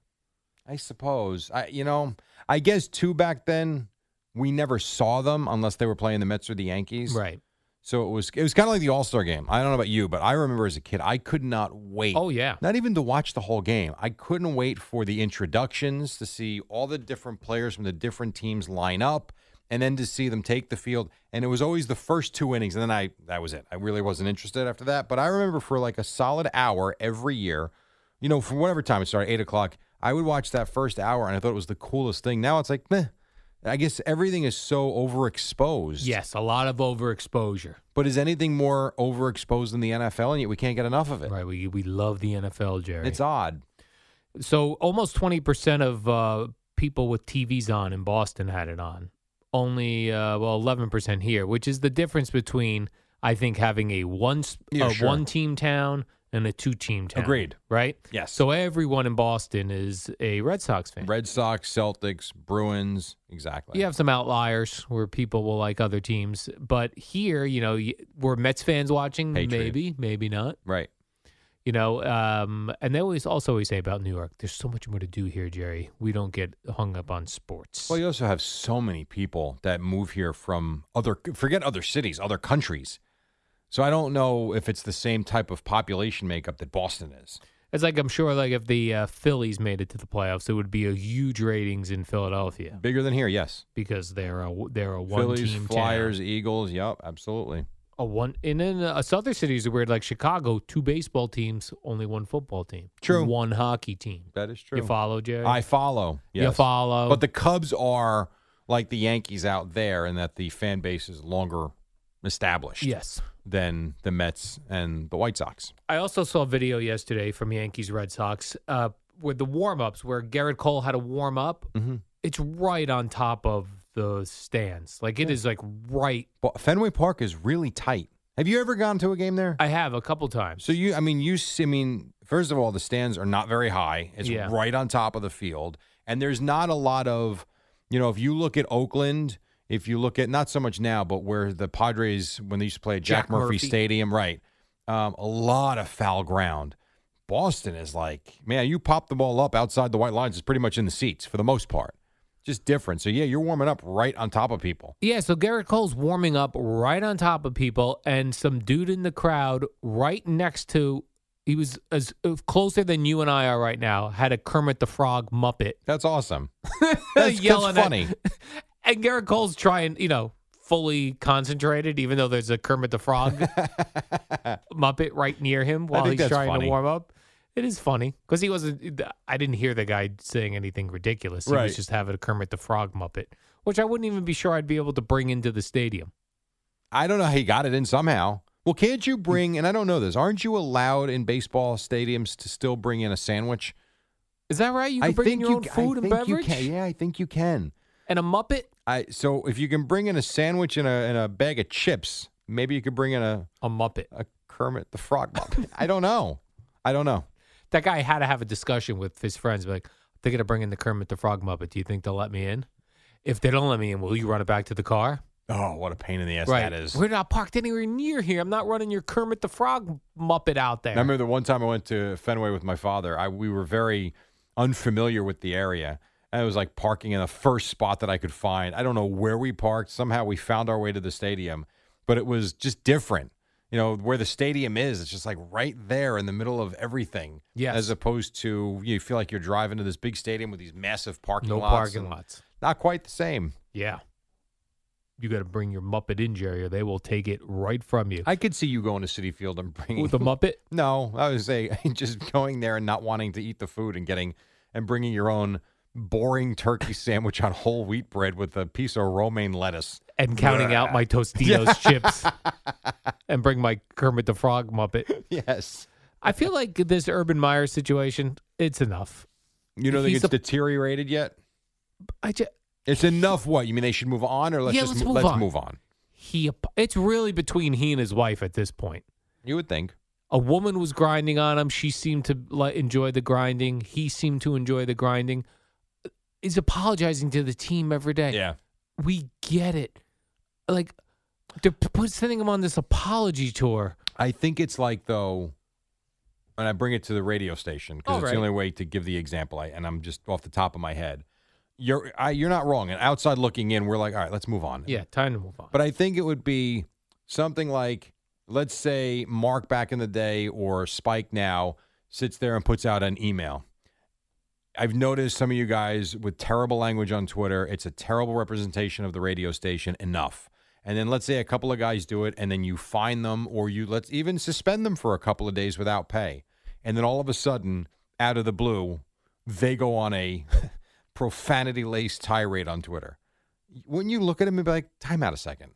C: I suppose. I you know, I guess two back then we never saw them unless they were playing the Mets or the Yankees.
B: Right.
C: So it was it was kind of like the All Star game. I don't know about you, but I remember as a kid, I could not wait.
B: Oh yeah.
C: Not even to watch the whole game. I couldn't wait for the introductions to see all the different players from the different teams line up and then to see them take the field. And it was always the first two innings and then I that was it. I really wasn't interested after that. But I remember for like a solid hour every year, you know, from whatever time it started, eight o'clock, I would watch that first hour and I thought it was the coolest thing. Now it's like meh. I guess everything is so overexposed.
B: Yes, a lot of overexposure.
C: But is anything more overexposed than the NFL and yet we can't get enough of it?
B: Right. We we love the NFL, Jerry.
C: It's odd.
B: So almost 20% of uh, people with TVs on in Boston had it on. Only, uh, well, 11% here, which is the difference between, I think, having a one,
C: Yeah, sure.
B: one team town and a two team town.
C: Agreed.
B: Right?
C: Yes.
B: So everyone in Boston is a Red Sox fan.
C: Red Sox, Celtics, Bruins, exactly.
B: You have some outliers where people will like other teams, but here, you know, y- were Mets fans watching?
C: Patriots.
B: Maybe, maybe not.
C: right.
B: You know, um, and they always also always say about New York, there's so much more to do here, Jerry. We don't get hung up on sports.
C: Well, you also have so many people that move here from other forget other cities, other countries. So I don't know if it's the same type of population makeup that Boston is.
B: It's like I'm sure, like if the uh, Phillies made it to the playoffs, it would be a huge ratings in Philadelphia
C: Bigger than here, yes.
B: because they're a they're a one
C: Phillies,
B: team
C: Flyers, Eagles, yep, absolutely.
B: A one, and then uh, us other cities are weird, like Chicago, two baseball teams, only one football team,
C: True.
B: one hockey team.
C: That is true.
B: You follow, Jerry?
C: I follow.
B: You
C: Yes.
B: follow.
C: But the Cubs are like the Yankees out there in that the fan base is longer established
B: yes.
C: than the Mets and the White Sox.
B: I also saw a video yesterday from Yankees Red Sox uh, with the warm ups where Garrett Cole had a warm up.
C: Mhm.
B: It's right on top of the stands, like it is like right.
C: But Fenway Park is really tight. Have you ever gone to a game there?
B: I have a couple times.
C: So you, I mean, you, s- I mean, First of all, the stands are not very high. It's
B: Yeah.
C: right on top of the field. And there's not a lot of, you know, if you look at Oakland, if you look at not so much now, but where the Padres, when they used to play at Jack,
B: Jack
C: Murphy,
B: Murphy.
C: Stadium, right, um, a lot of foul ground. Boston is like, man, you pop the ball up outside the white lines, it's pretty much in the seats for the most part. Just different. So, yeah, you're warming up right on top of people.
B: Yeah, so Garrett Cole's warming up right on top of people, and some dude in the crowd right next to he was as uh, closer than you and I are right now. Had a Kermit the Frog Muppet
C: That's awesome. That's,
B: Yelling
C: that's
B: at-
C: funny.
B: and Garrett Cole's trying, you know, fully concentrated, even though there's a Kermit the Frog Muppet right near him while
C: think
B: he's
C: that's
B: trying
C: funny.
B: to warm up. It is funny because he wasn't. I didn't hear the guy saying anything ridiculous. He
C: Right.
B: was just having a Kermit the Frog Muppet, which I wouldn't even be sure I'd be able to bring into the stadium.
C: I don't know how he got it in somehow. Well, can't you bring, and I don't know this, aren't you allowed in baseball stadiums to still bring in a sandwich?
B: Is that right? You can
C: I
B: bring in
C: think
B: your
C: you,
B: own
C: I
B: food and
C: think you
B: beverage
C: can. Yeah, I think you can.
B: and a Muppet,
C: I So if you can bring in a sandwich and a, and a bag of chips, maybe you could bring in a,
B: a Muppet.
C: a Kermit the Frog Muppet. I don't know. I don't know.
B: That guy had to have a discussion with his friends, like they're gonna bring in the Kermit the Frog Muppet. Do you think they'll let me in? If they don't let me in, will you run it back to the car?
C: Oh, what a pain in the ass that is.
B: We're not parked anywhere near here. I'm not running your Kermit the Frog Muppet out there.
C: I remember the one time I went to Fenway with my father. I we were very unfamiliar with the area, and it was like parking in the first spot that I could find. I don't know where we parked. Somehow we found our way to the stadium, but it was just different. You know where the stadium is. It's just like right there in the middle of everything.
B: Yes.
C: As opposed to you feel like you're driving to this big stadium with these massive parking
B: no
C: lots.
B: parking
C: and
B: lots.
C: Not quite the same.
B: Yeah. You got to bring your Muppet in, Jerry, or they will take it right from you.
C: I could see you going to City Field and bringing
B: With a Muppet?
C: No, I would say just going there and not wanting to eat the food and getting and bringing your own boring turkey sandwich on whole wheat bread with a piece of romaine lettuce.
B: And counting out my Tostitos chips and bring my Kermit the Frog Muppet.
C: Yes.
B: I feel like this Urban Meyer situation, it's enough.
C: You don't think
B: He's
C: it's
B: a-
C: deteriorated yet?
B: I just,
C: It's enough what? You mean they should move on or let's
B: Yeah,
C: just
B: let's
C: mo-
B: move
C: let's
B: on.
C: move on.
B: he, it's really between he and his wife at this point.
C: You would think.
B: a woman was grinding on him. She seemed to like, enjoy the grinding. He seemed to enjoy the grinding. He's apologizing to the team every day.
C: Yeah.
B: We get it. Like, they're p- put- sending him on this apology tour.
C: I think it's like though, and I bring it to the radio station because
B: All
C: it's
B: right.
C: the only way to give the example. I, and I'm just off the top of my head. You're I, you're not wrong. And outside looking in, we're like, all right, let's move on.
B: Yeah, time to move on.
C: But I think it would be something like, let's say Mark back in the day or Spike now sits there and puts out an email. I've noticed some of you guys with terrible language on Twitter. It's a terrible representation of the radio station. Enough. And then let's say a couple of guys do it, and then you fine them, or you let's even suspend them for a couple of days without pay. And then all of a sudden, out of the blue, they go on a profanity laced tirade on Twitter wouldn't you look at him and be like, time out a second.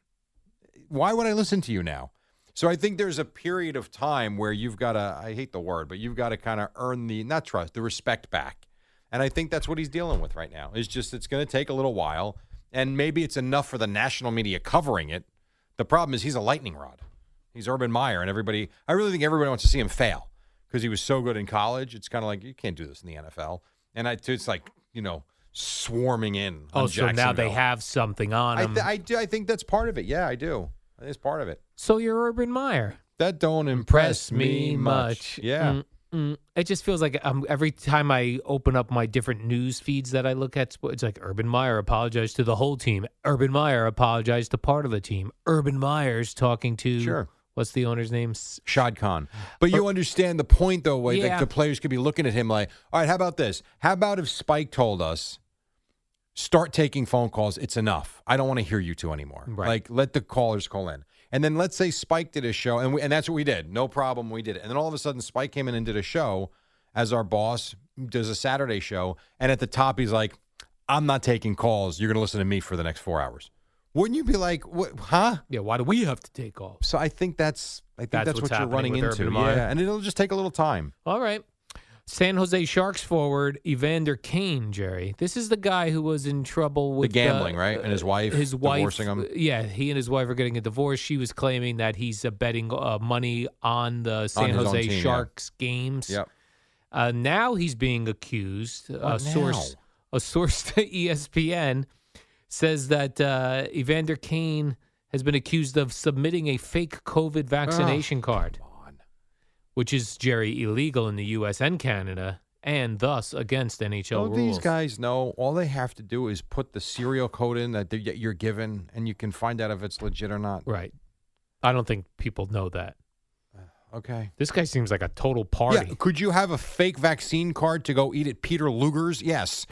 C: Why would I listen to you now? So I think there's a period of time where you've got to, I hate the word, but you've got to kind of earn the, not trust, the respect back. And I think that's what he's dealing with right now. It's just, it's going to take a little while. And maybe it's enough for the national media covering it. The problem is he's a lightning rod. He's Urban Meyer, and everybody, I really think everybody wants to see him fail because he was so good in college. It's kind of like, you can't do this in the NFL. And I, it's like, you know, swarming in. on
B: oh, so now they
C: Jacksonville.
B: have something on
C: I,
B: him.
C: th- I do. I think that's part of it. Yeah, I do. It's part of it.
B: so you're Urban Meyer.
C: That don't impress me much. Yeah.
B: Mm, mm. It just feels like um, every time I open up my different news feeds that I look at, it's like Urban Meyer apologized to the whole team. Urban Meyer apologized to part of the team. Urban Meyer's talking to
C: Sure.
B: what's the owner's name? S-
C: Shad Khan. But you understand the point, though, where
B: Yeah.
C: the, the players could be looking at him like, all right, how about this? How about if Spike told us, start taking phone calls? It's enough. I don't want to hear you two anymore.
B: Right.
C: Like, let the callers call in. And then let's say Spike did a show, and, we, and that's what we did. No problem. We did it. And then all of a sudden, Spike came in and did a show as our boss, does a Saturday show. And at the top, he's like, I'm not taking calls. You're going to listen to me for the next four hours. Wouldn't you be like, what, huh?
B: Yeah, why do we have to take off?
C: So I think that's I think
B: That's
C: that's,
B: what's
C: what you're
B: happening
C: running
B: with
C: into.
B: Urban Meyer.
C: Yeah, and it'll just take a little time.
B: All right. San Jose Sharks forward Evander Kane, Jerry. This is the guy who was in trouble with uh,
C: gambling, right? And his wife
B: His wife,
C: divorcing him?
B: Yeah, he and his wife are getting a divorce. She was claiming that he's uh, betting uh, money on the San
C: his own
B: Jose
C: team, yeah.
B: Sharks games.
C: Yep.
B: Uh, now he's being accused. a
C: What
B: source,
C: now?
B: a source to E ESPN says that uh, Evander Kane has been accused of submitting a fake COVID
C: Ah.
B: vaccination card, which is Jerry illegal in the U.S. and Canada, and thus against NHL
C: Don't
B: rules.
C: Oh, these guys know all they have to do is put the serial code in that they- that you're given, and you can find out if it's legit or not.
B: Right. I don't think people know that.
C: Okay.
B: This guy seems like a total party.
C: Yeah. Could you have a fake vaccine card to go eat at Peter Luger's? Yes.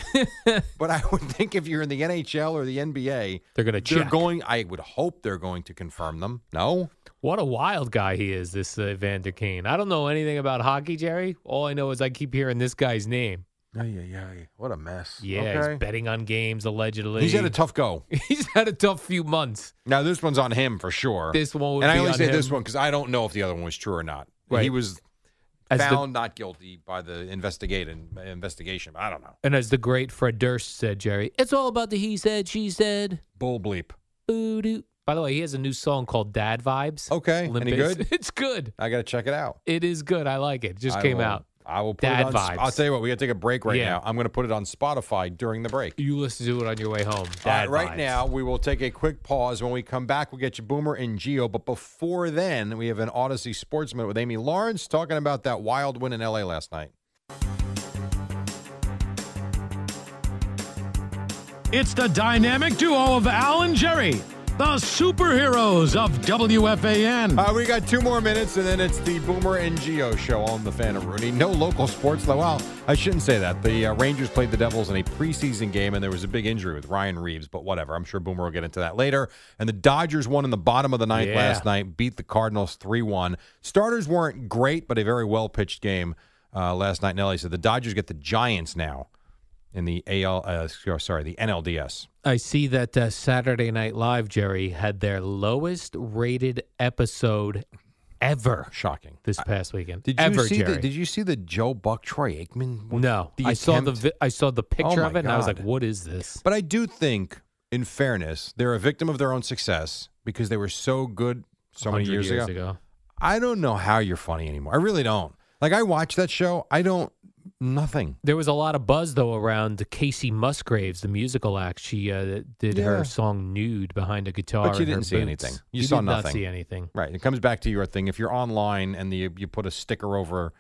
C: but I would think if you're in the NHL or the NBA,
B: They're gonna
C: they're
B: check.
C: going. I would hope they're going to confirm them. No.
B: What a wild guy he is, this uh, Evander Kane. I don't know anything about hockey, Jerry. All I know is I keep hearing this guy's name.
C: Yeah, yeah, yeah. What a mess.
B: Yeah, he's betting on games allegedly.
C: He's had a tough go.
B: He's had a tough few months.
C: Now this one's on him for sure.
B: This one would
C: and I
B: be
C: only
B: on
C: say this
B: him.
C: one because I don't know if the other one was true or not. He
B: Right.
C: was
B: As the-
C: found not guilty by the investigation. Investigation. I don't know.
B: And as the great Fred Durst said, Jerry, it's all about the he said, she said.
C: Bull bleep.
B: Boo-doo. By the way, he has a new song called Dad Vibes.
C: Okay.
B: Limp
C: Any
B: Biz-
C: good?
B: It's good.
C: I got to check it out.
B: It is good. I like it. It just
C: I
B: came
C: will-
B: out.
C: I will put
B: Dad
C: it on.
B: vibes.
C: I'll tell you what. We got to take a break right
B: Yeah.
C: now. I'm going to put it on Spotify during the break.
B: You listen to it on your way home.
C: All right,
B: Dad
C: right
B: Vibes.
C: now, we will take a quick pause. When we come back, we'll get you Boomer and Geo. But before then, we have an Odyssey Sports Minute with Amy Lawrence talking about that wild win in LA last night.
E: It's the dynamic duo of Al and Jerry, the superheroes of WFAN.
C: Uh, we got two more minutes, and then it's the Boomer and Geo show on the Fan of Rooney. No local sports, though. Well, I shouldn't say that. The uh, Rangers played the Devils in a preseason game, and there was a big injury with Ryan Reeves, but whatever. I'm sure Boomer will get into that later. And the Dodgers won in the bottom of the ninth
B: Yeah.
C: last night, beat the Cardinals 3 1. Starters weren't great, but a very well pitched game uh, last night in LA. So the Dodgers get the Giants now in the AL, uh, sorry, the NLDS.
B: I see that uh, Saturday Night Live, Jerry, had their lowest rated episode ever
C: Shocking.
B: this past weekend.
C: Did you
B: ever,
C: see
B: Jerry.
C: the Did you see the Joe Buck Troy Aikman?
B: no,
C: the
B: I saw the
C: attempt? Oh
B: vi- I saw the picture
C: my
B: of it, and I was
C: God.
B: like, "What is this?"
C: But I do think, in fairness, they're a victim of their own success because they were so good so many
B: 100
C: years, ago. I don't know how you're funny anymore. I really don't. Like I watch that show, I don't nothing.
B: There was a lot of buzz though around Casey Musgraves, the musical act. She uh, did
C: Yeah.
B: her song "Nude" behind a guitar.
C: But you
B: in her
C: didn't see
B: boots.
C: anything. You
B: You
C: saw
B: did
C: nothing.
B: Not see anything.
C: Right. It comes back to your thing. If you're online and the, you put a sticker over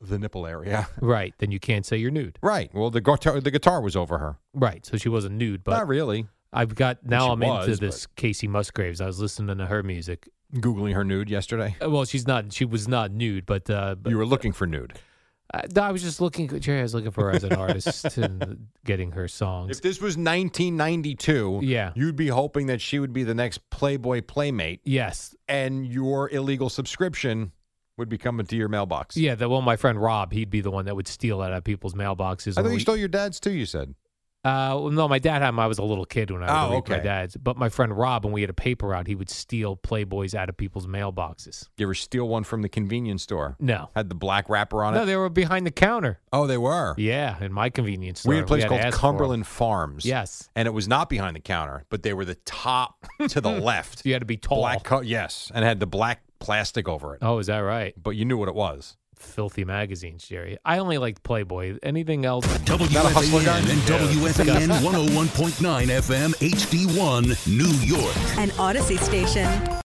C: the nipple area,
B: Right. Then you can't say you're nude.
C: right? Well, the guitar the guitar was over her.
B: Right. So she wasn't nude, but
C: Not really.
B: I've got now
C: she
B: I'm
C: was,
B: into this Casey Musgraves. I was listening to her music.
C: Googling her nude yesterday.
B: Uh, Well, she's not. She was not nude, but, uh, but
C: you were looking for nude.
B: I, no, I was just looking. Jerry, I was looking for her as an artist and getting her songs.
C: If this was 1992,
B: Yeah.
C: you'd be hoping that she would be the next Playboy playmate.
B: yes,
C: and your illegal subscription would be coming to your mailbox.
B: yeah. That well, my friend Rob, he'd be the one that would steal it out of people's mailboxes.
C: I
B: and
C: think you
B: we-
C: stole your dad's too. You said
B: Uh, well, no, my dad had them. I was a little kid when I
C: Oh,
B: was
C: okay.
B: my dad's. But my friend Rob, when we had a paper route, he would steal Playboys out of people's mailboxes.
C: you ever steal one from the convenience store?
B: No,
C: Had the black wrapper on
B: no,
C: it.
B: they were behind the counter.
C: oh, they were.
B: Yeah, in my convenience store,
C: We had a place
B: had to
C: called
B: ask for 'em.
C: Cumberland Farms.
B: Yes.
C: and it was not behind the counter, but they were the top to the left.
B: So you had to be tall.
C: black co- yes, and had the black plastic over it.
B: Oh, is that right?
C: But you knew what it was.
B: Filthy magazines, Jerry. I only liked Playboy. Anything else?
D: WFAN and WFAN 101.9 FM HD1, New York.
H: An Odyssey station.